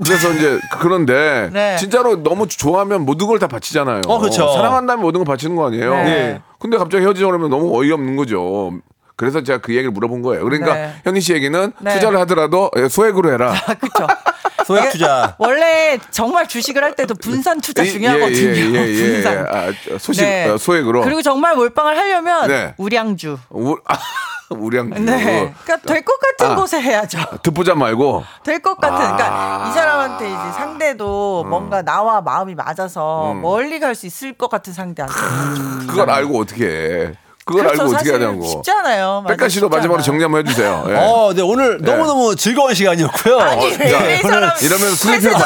[SPEAKER 3] 그래서 이제 그런데
[SPEAKER 6] 네.
[SPEAKER 3] 진짜로 너무 좋아하면 모든 걸 다 바치잖아요.
[SPEAKER 7] 어, 그쵸.
[SPEAKER 3] 사랑한다면 모든 걸 바치는 거 아니에요.
[SPEAKER 6] 네.
[SPEAKER 3] 근데 갑자기 헤어지자고 그러면 너무 어이없는 거죠. 그래서 제가 그 얘기를 물어본 거예요. 그러니까
[SPEAKER 6] 네.
[SPEAKER 3] 현희 씨 얘기는
[SPEAKER 6] 네.
[SPEAKER 3] 투자를 하더라도 예, 소액으로 해라.
[SPEAKER 6] 아,
[SPEAKER 3] [laughs]
[SPEAKER 6] 그쵸.
[SPEAKER 3] 네.
[SPEAKER 7] 소액 투자.
[SPEAKER 6] 원래 정말 주식을 할 때도 분산 투자
[SPEAKER 3] 이-
[SPEAKER 6] 중요하거든요.
[SPEAKER 3] 예, 예,
[SPEAKER 6] [laughs]
[SPEAKER 3] 예, 예.
[SPEAKER 6] 분산. 네.
[SPEAKER 3] 아, 저 소식 어, 소액으로.
[SPEAKER 6] 그리고 정말 몰빵을 하려면
[SPEAKER 3] 네.
[SPEAKER 6] 우량주.
[SPEAKER 3] 우, [laughs] 아, 우량 주
[SPEAKER 6] 네. 그러니까 될 것 같은
[SPEAKER 3] 아.
[SPEAKER 6] 곳에 해야죠.
[SPEAKER 3] 듣보자 말고
[SPEAKER 6] 될 것 같은.
[SPEAKER 3] 아. 음.
[SPEAKER 6] 그러니까 이 사람한테 이제 상대도 뭔가 나와 마음이 맞아서 멀리 갈 수 있을 것 같은 상대한테.
[SPEAKER 3] 그걸 알고 어떻게 해. 그걸
[SPEAKER 6] 네. 그렇죠.
[SPEAKER 3] 알고 어떻게
[SPEAKER 6] 사실
[SPEAKER 3] 하냐고.
[SPEAKER 6] 쉽지 않아요. 맞아요.
[SPEAKER 3] 백가 씨도
[SPEAKER 6] 쉽지
[SPEAKER 3] 마지막으로
[SPEAKER 6] 않아요.
[SPEAKER 3] 정리 한번 해주세요. 예.
[SPEAKER 7] 어, 네, 오늘 너무너무 즐거운 시간이었고요.
[SPEAKER 6] 아니, 왜
[SPEAKER 3] 자,
[SPEAKER 6] 이 사람
[SPEAKER 3] 이러면 슬리피를
[SPEAKER 6] [laughs]
[SPEAKER 3] 바,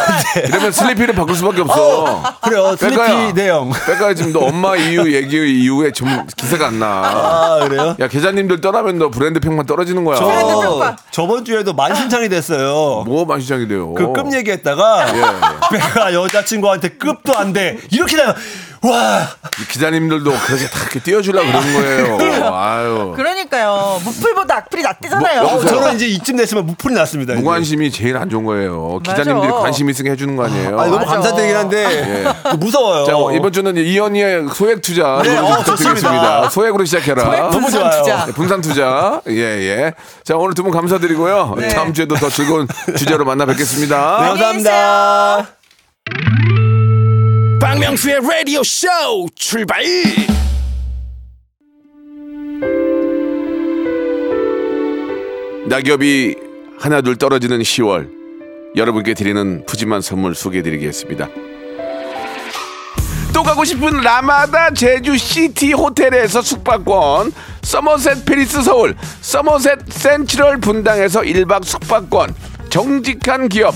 [SPEAKER 3] 이러면 슬리피를 바꿀 수밖에 없어.
[SPEAKER 7] 그래요.
[SPEAKER 3] 백가야.
[SPEAKER 7] 슬리피 내용.
[SPEAKER 3] 백가 지금 너 엄마
[SPEAKER 6] [laughs]
[SPEAKER 3] 이유 얘기 이후에 좀 기세가 안 나.
[SPEAKER 7] 아, 그래요?
[SPEAKER 3] 야 계장님들 떠나면 너 브랜드 평만 떨어지는 거야.
[SPEAKER 6] 브랜드 평가.
[SPEAKER 7] 저 저번 주에도 만신창이 됐어요.
[SPEAKER 3] 아. 뭐 예. 만시장이 돼요.
[SPEAKER 7] 그 급 얘기했다가 [laughs] 내가 여자친구한테 급도 안 돼. 이렇게 되면 와
[SPEAKER 3] 기자님들도 그렇게 다 이렇게 띄워주려 그런
[SPEAKER 6] 네.
[SPEAKER 3] 거예요. 아유.
[SPEAKER 6] 그러니까요. 무풀보다 악플이 낫대잖아요.
[SPEAKER 3] 뭐, 뭐, 저-
[SPEAKER 7] 저는 이제 이쯤 됐으면 무풀이 났습니다. 이제.
[SPEAKER 3] 무관심이 제일 안 좋은 거예요.
[SPEAKER 6] 맞아.
[SPEAKER 3] 기자님들이 관심 있으게 해주는 거 아니에요. 예.
[SPEAKER 7] 아니, 너무
[SPEAKER 6] 맞아.
[SPEAKER 7] 감사드리긴 한데 무서워요.
[SPEAKER 3] 자, 뭐 이번 주는 이현희의 소액 투자
[SPEAKER 7] 어. 네,
[SPEAKER 3] 노래
[SPEAKER 7] 어,
[SPEAKER 3] 부탁드리겠습니다.
[SPEAKER 7] 좋습니다.
[SPEAKER 3] 소액으로 시작해라.
[SPEAKER 6] 소액
[SPEAKER 7] 너무
[SPEAKER 6] 분산
[SPEAKER 7] 좋아요.
[SPEAKER 6] 투자.
[SPEAKER 3] 네, 분산 투자. 예, 예. 자, 오늘 두 분 감사드리고요.
[SPEAKER 6] 네.
[SPEAKER 3] 다음 주에도 더 즐거운 주제로 만나 뵙겠습니다.
[SPEAKER 7] 네, 감사합니다.
[SPEAKER 1] 박명수의 라디오 쇼 출발
[SPEAKER 3] 낙엽이 하나둘 떨어지는 10월 여러분께 드리는 푸짐한 선물 소개해드리겠습니다. 또 가고 싶은 라마다 제주 시티 호텔에서 숙박권, 서머셋 페리스 서울, 서머셋 센트럴 분당에서 1박 숙박권, 정직한 기업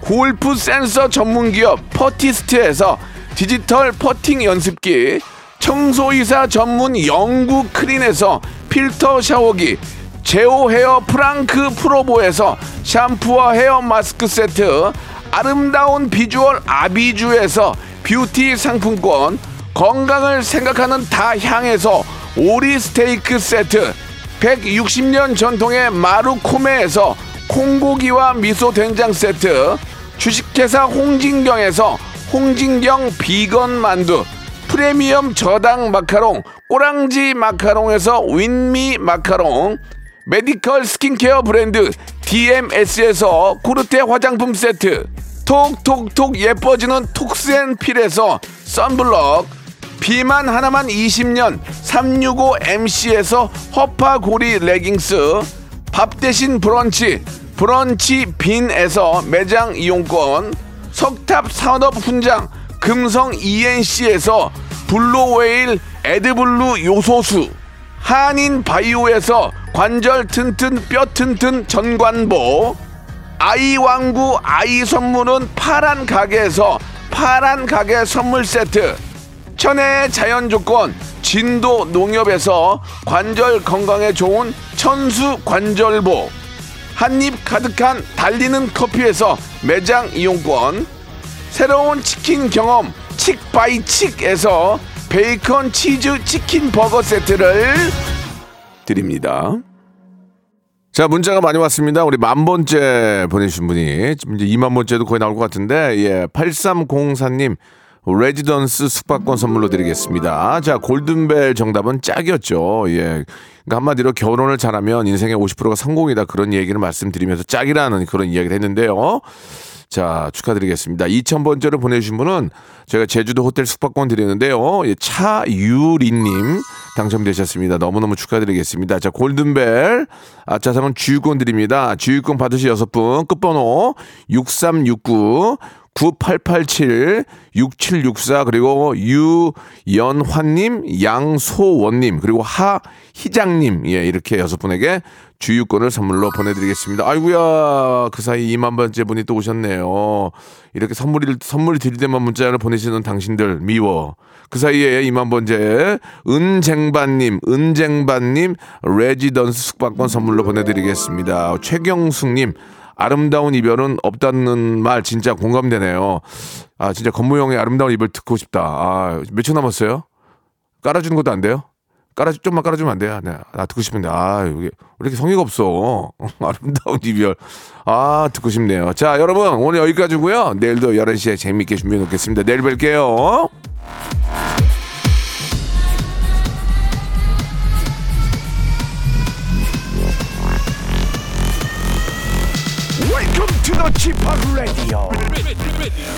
[SPEAKER 3] 골프 센서 전문기업 퍼티스트에서 디지털 퍼팅 연습기 청소이사 전문 영구 크린에서 필터 샤워기 제오 헤어 프랑크 프로보에서 샴푸와 헤어 마스크 세트 아름다운 비주얼 아비주에서 뷰티 상품권 건강을 생각하는 다향에서 오리 스테이크 세트 160년 전통의 마루코메에서 콩고기와 미소 된장 세트 주식회사 홍진경에서 홍진경 비건 만두 프리미엄 저당 마카롱 꼬랑지 마카롱에서 윈미 마카롱 메디컬 스킨케어 브랜드 DMS에서 코르테 화장품 세트 톡톡톡 예뻐지는 톡스앤필에서 썬블럭 비만 하나만 20년 365MC에서 허파고리 레깅스 밥 대신 브런치 브런치 빈에서 매장 이용권 석탑 산업 훈장 금성 ENC에서 블루웨일 에드블루 요소수 한인 바이오에서 관절 튼튼 뼈 튼튼 전관보 아이 왕구 아이 선물은 파란 가게에서 파란 가게 선물 세트 천혜의 자연 조건 진도 농협에서 관절 건강에 좋은 천수 관절보 한입 가득한 달리는 커피에서 매장 이용권 새로운 치킨 경험 칙바이칙에서 베이컨 치즈 치킨 버거 세트를 드립니다. 자 문자가 많이 왔습니다. 우리 만 번째 보내주신 분이 지금 이제 2만 번째도 거의 나올 것 같은데 예 8304님 레지던스 숙박권 선물로 드리겠습니다. 자, 골든벨 정답은 짝이었죠. 예. 그러니까 한마디로 결혼을 잘하면 인생의 50%가 성공이다. 그런 얘기를 말씀드리면서 짝이라는 그런 이야기를 했는데요. 자, 축하드리겠습니다. 2000번째로 보내주신 분은 제가 제주도 호텔 숙박권 드리는데요. 예, 차유리님 당첨되셨습니다. 너무너무 축하드리겠습니다. 자, 골든벨. 아차상은 주유권 드립니다. 주유권 받으신 여섯 분 끝번호 6369. 9887, 6764, 그리고 유연환님, 양소원님, 그리고 하희장님, 예, 이렇게 여섯 분에게 주유권을 선물로 보내드리겠습니다. 아이고야, 그 사이 2만 번째 분이 또 오셨네요. 이렇게 선물을, 선물 드릴 때만 문자를 보내시는 당신들, 미워. 그 사이에 2만 번째, 은쟁반님, 은쟁반님, 레지던스 숙박권 선물로 보내드리겠습니다. 최경숙님, 아름다운 이별은 없다는 말 진짜 공감되네요. 아 진짜 건무형의 아름다운 이별 듣고 싶다. 아 몇 초 남았어요? 깔아주는 것도 안 돼요? 깔아 좀만 깔아주면 안 돼요? 네, 나 듣고 싶은데 아 이게 왜 이렇게 성의가 없어? [laughs] 아름다운 이별 아 듣고 싶네요. 자 여러분 오늘 여기까지고요. 내일도 1 1 시에 재미있게 준비해 놓겠습니다. 내일 뵐게요.
[SPEAKER 1] Welcome to the Chipak Radio.
[SPEAKER 2] ready, ready.